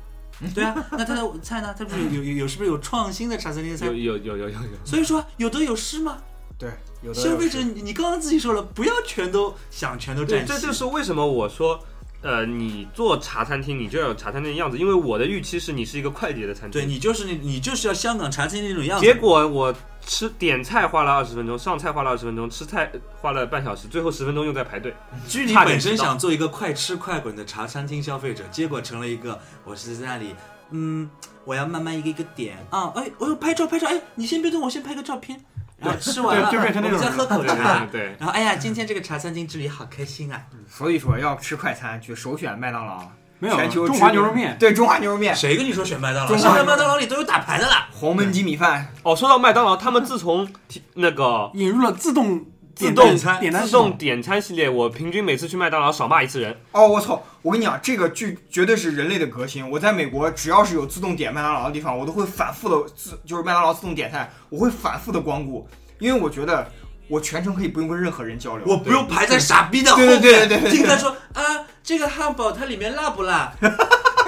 对啊，那它的菜呢？它不是有有有是不是有创新的茶餐厅的菜
有？有有有有有，
所以说有得有失嘛。
对，有的
消费者，你你刚刚自己说了，不要全都想全都
对，
占
这
齐
就。是为什么我说。呃，你做茶餐厅，你就要有茶餐厅的样子，因为我的预期是你是一个快捷的餐厅。
对你就是那，你就是要香港茶餐厅那种
嗯
样子。
结果我吃点菜花了二十分钟，上菜花了二十分钟，吃菜花了半小时，最后十分钟又在排队。，
居里本身想做一个快吃快滚的茶餐厅消费者，结果成了一个我是在那里，嗯，我要慢慢一个一个点啊，哎，我要拍照拍照，哎，你先别动，我先拍个照片，然后吃完了，
对就变成那种
我们再喝口茶
对
然后哎呀，今天这个茶餐厅之旅好开心啊！
所以说要吃快餐就首选麦当劳，啊
没有
全球
中华
知名
牛肉面
对中华牛肉面、
谁跟你说选麦当劳？
中华
上海麦当劳里都有打牌的啦。
黄焖鸡米饭，
哦，说到麦当劳，他们自从提那个
引入了自动
自
点
动
餐点单
自
系统
动点餐系列，我平均每次去麦当劳少骂一次人。
哦，我操！我跟你讲，这个剧绝对是人类的革新。我在美国，只要是有自动点麦当劳的地方，我都会反复的自，就是麦当劳自动点菜，我会反复的光顾，因为我觉得我全程可以不用跟任何人交流，
我不用排在傻逼的后
对
面，
对对对对对
听他说啊，这个汉堡它里面辣不辣？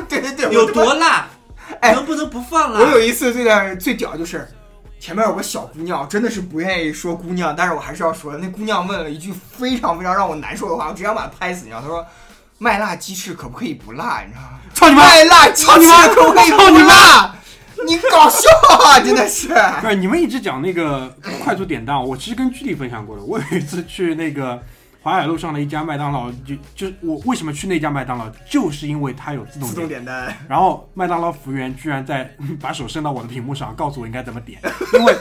对对对，
有
我他妈
多辣？
哎
能不能不放
我
辣？
有一次最在最屌就是，前面有个小姑娘，真的是不愿意说姑娘，但是我还是要说。那姑娘问了一句非常非常让我难受的话，我只想把她拍死，你知道？她说。麦辣鸡翅可不可以不辣？你知道吗？
操你妈！
麦辣鸡翅可不可以
操
不
你
辣？你搞笑啊！真的 是，
不是你们一直讲那个快速点单，我其实跟居里分享过的。我有一次去那个淮海路上的一家麦当劳，就就我为什么去那家麦当劳，就是因为它有自动
自
点
动
单。
点单，
然后麦当劳服务员居然在把手伸到我的屏幕上，告诉我应该怎么点，因为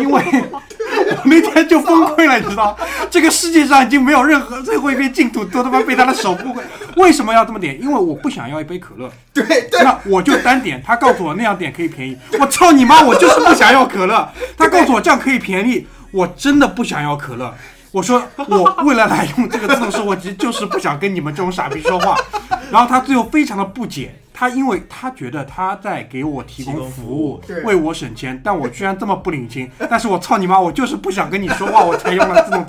因为我那天就崩溃了，你知道，这个世界上已经没有任何最后一片净土都他妈被他的手不会。为什么要这么点？因为我不想要一杯可乐，
对对
那我就单点。他告诉我那样点可以便宜，我操你妈！我就是不想要可乐。他告诉我这样可以便宜，我真的不想要可乐。我说我为了来用这个自动售货机，就是不想跟你们这种傻逼说话。然后他最后非常的不解，他因为他觉得他在给我提
提
供
供
服
服务
务
对，
为我省钱，但我居然这么不领情。但是我操你妈！我就是不想跟你说话，我才用了自动。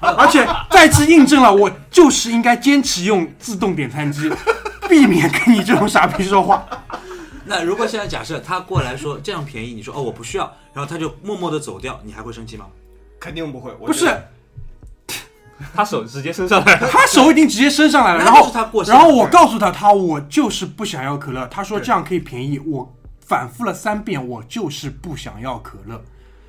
而且再次印证了我就是应该坚持用自动点餐机，避免跟你这种傻逼说话。
那如果现在假设他过来说这样便宜，你说哦我不需要，然后他就默默的走掉，你还会生气吗？
肯定不会，我
不
觉
是
得，
他手直接伸上来，
他手已经直接伸上来了，
那
然
就是他
后
过线
然后我告诉他，他我就是不想要可乐。他说这样可以便宜，我反复了三遍，我就是不想要可乐。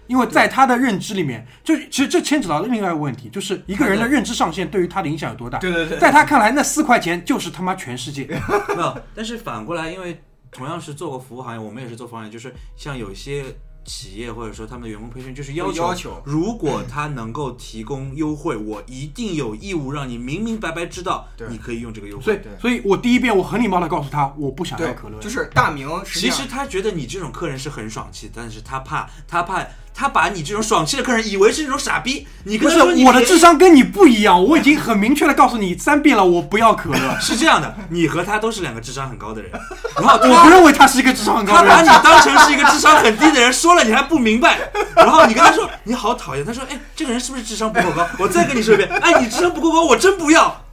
因为在他的认知里面，就其实这牵扯到另外一个问题，就是一个人的认知上限对于他的影响有多大。
对对对
在他看来，那四块钱就是他妈全世界。
没有，但是反过来，因为同样是做过服务行业，我们也是做服务行业，就是像有些企业或者说他们的员工培训，就是要求，
有要求
如果他能够提供优惠，我一定有义务让你明明白白知道
对
你可以用这个优
所以
惠。
对，
所以我第一遍我很礼貌的告诉他，我不想要
对
可乐，，
就是大明是
其
这样，
实他觉得你这种客人是很爽气，但是他怕他怕他把你这种爽气的客人以为是那种傻逼，你
不
跟他
是
说你
我的
便宜。
智商跟你不一样，我已经很明确的告诉你三遍了，我不要可 乐
是这样的，你和他都是两个智商很高的人，然后
我不
他
认为他是一个智商很高
他
的人
把。你当成是一个智商很低的人，说了你还不明白，然后你跟他说你好讨厌，他说哎这个人是不是智商不够高？我再跟你说一遍，哎你智商不够高，我真不要。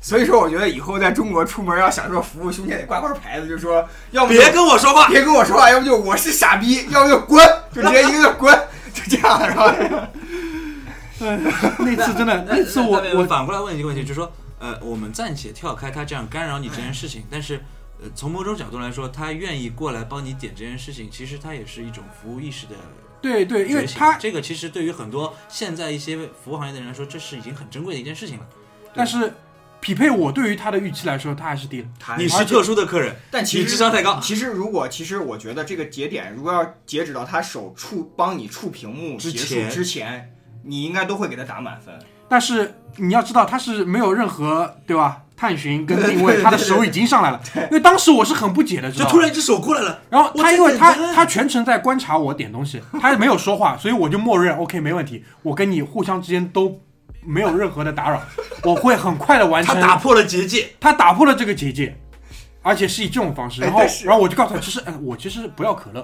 所以说我觉得以后在中国出门要享受服务，胸前得挂块牌子，就说要么就
别跟我说话，
别跟我说话，要不就我是傻逼，要不就滚，就直接一个字滚，就这样，然后。
那次真的，那次我
那那
我
反过来问一个问题，就是说，呃，我们暂且跳开他这样干扰你这件事情，但是，呃，从某种角度来说，他愿意过来帮你点这件事情，其实他也是一种服务意识的
对对，因为
觉醒
他，
这个其实对于很多现在一些服务行业的人来说，这是已经很珍贵的一件事情了。
但是匹配我对于他的预期来说，他还是低了。
你是特殊的客人，
但其实
你智商太高
其实如果其实我觉得这个节点，如果要截止到他手触帮你触屏幕
之
结束
前
之前，你应该都会给他打满分。
但是你要知道，他是没有任何对吧探寻跟定 位，他的手已经上来了。因为当时我是很不解的，知
就
道
突
吗？
然一只手过来了，
然后
我
他因为
在
他
等
他全程在观察我点东西，他也没有说话，所以我就默认 OK 没问题，我跟你互相之间都没有任何的打扰，我会很快的完
他
成。
打破了结界，
他打破了这个结界，而且是以这种方式，
哎
然后
但是
然后我就告诉他，其实哎我其实不要可乐，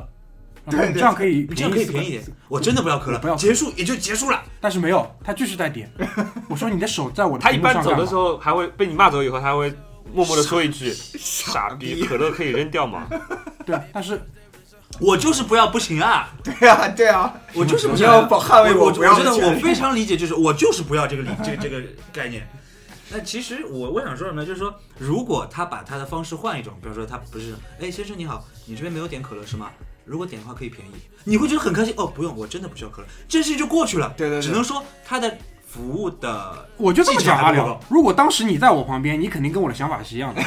然后
对
你这
对
样可以
你这样可以
四
便宜一
块
点。我真的不要磕了，
不要磕
结束也就结束了。
但是没有，他继续在 点。我说你的手在我的
他一
屏幕上干
般走
嘛
的时候还会被你骂走以后，他还会默默的说一 句：“傻逼，可乐可以扔掉吗
对，但是
我就是不要不行啊，
对啊，对啊，
我就是不
你
行
要
啊。
保捍卫
我
不要
觉
的
得我
权利。
非常理解，就是我就是不要这个理这个这个概念。那其实我我想说什么呢？就是说，如果他把他的方式换一种，比如说他不是，哎，先生你好，你这边没有点可乐是吗？如果点的话可以便宜，你会觉得很开心哦。不用，我真的不需要可乐，这事情就过去了。
对对对
只能说他的服务的
我就这么讲阿
技巧还
廖
不，
如果当时你在我旁边，你肯定跟我的想法是一样的。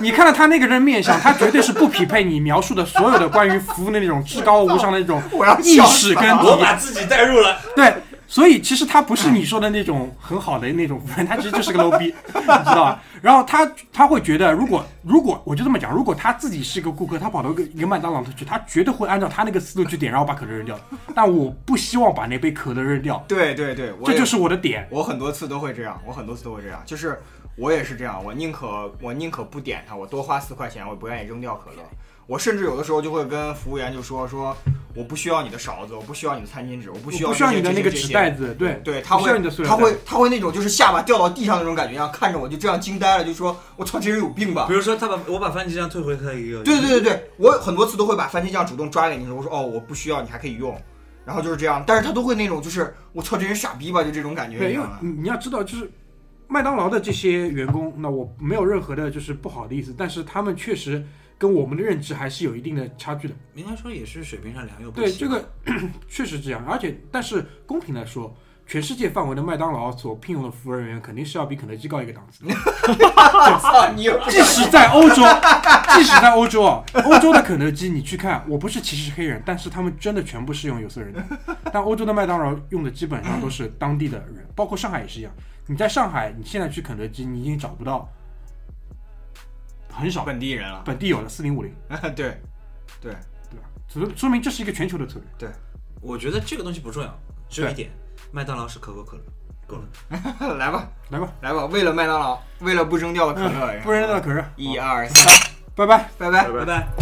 你看到他那个人面相，他绝对是不匹配你描述的所有的关于服务的那种至高无上的那种
我要
意
笑
识跟
我
体
把
验。
自己带入了，
对，所以其实他不是你说的那种很好的那种服务员，他其实就是个 low 逼， 你知道吧？然后他他会觉得，如果如果我就这么讲，如果他自己是个顾客，他跑到一个一个麦当劳去，他绝对会按照他那个思路去点，然后把可乐扔掉。但我不希望把那杯可乐扔掉，
对对对，我
这
也
就是我的点。
我很多次都会这样，我很多次都会这样，就是我也是这样，我宁可我宁可不点它，我多花四块钱，我不愿意扔掉可乐。我甚至有的时候就会跟服务员就说说，我不需要你的勺子，我不需要你的餐巾纸，我不需
我
要
不需要
这
你
些
的那个
这些
纸
这些
袋子，对，
对他
不需要
会
你的塑料
他
袋
会他会那种就是下巴掉到地上那种感觉一样，看着我就这样惊呆了，就说哦我操，这人有病吧
比？如说他把我把番茄酱退回他一个，
对对对对，我很多次都会把番茄酱主动抓给你，我说哦我不需要，你还可以用，然后就是这样，但是他都会那种就是我操这人傻逼吧，就这种感觉
对，
一
因为
样的。
你你要知道，就是麦当劳的这些员工，那我没有任何的就是不好的意思，但是他们确实跟我们的认知还是有一定的差距的。
应该说也是水平上良莠不
对，
齐。
这个 确实这样，而且但是公平来说。全世界范围的麦当劳所聘用的服务人员肯定是要比肯德基高一个档次的，
我操啊你有病！
即使在欧洲，即使在欧洲啊，欧洲的肯德基你去看，我不是歧视黑人，但是他们真的全部是用有色人的，但欧洲的麦当劳用的基本上都是当地的人，包括上海也是一样。你在上海，你现在去肯德基，你已经找不到很少
本地人了，
本地啊有的四零五零，
对对。
对吧？所以说明这是一个全球的策略。
我觉得这个东西不重要，只有
对
一点，麦当劳是可口可乐，够了。
来吧，
来吧，
来吧，为了麦当劳，为了不扔掉的可乐，
不扔掉的可乐，
一二三，
拜拜。
拜拜。
拜拜。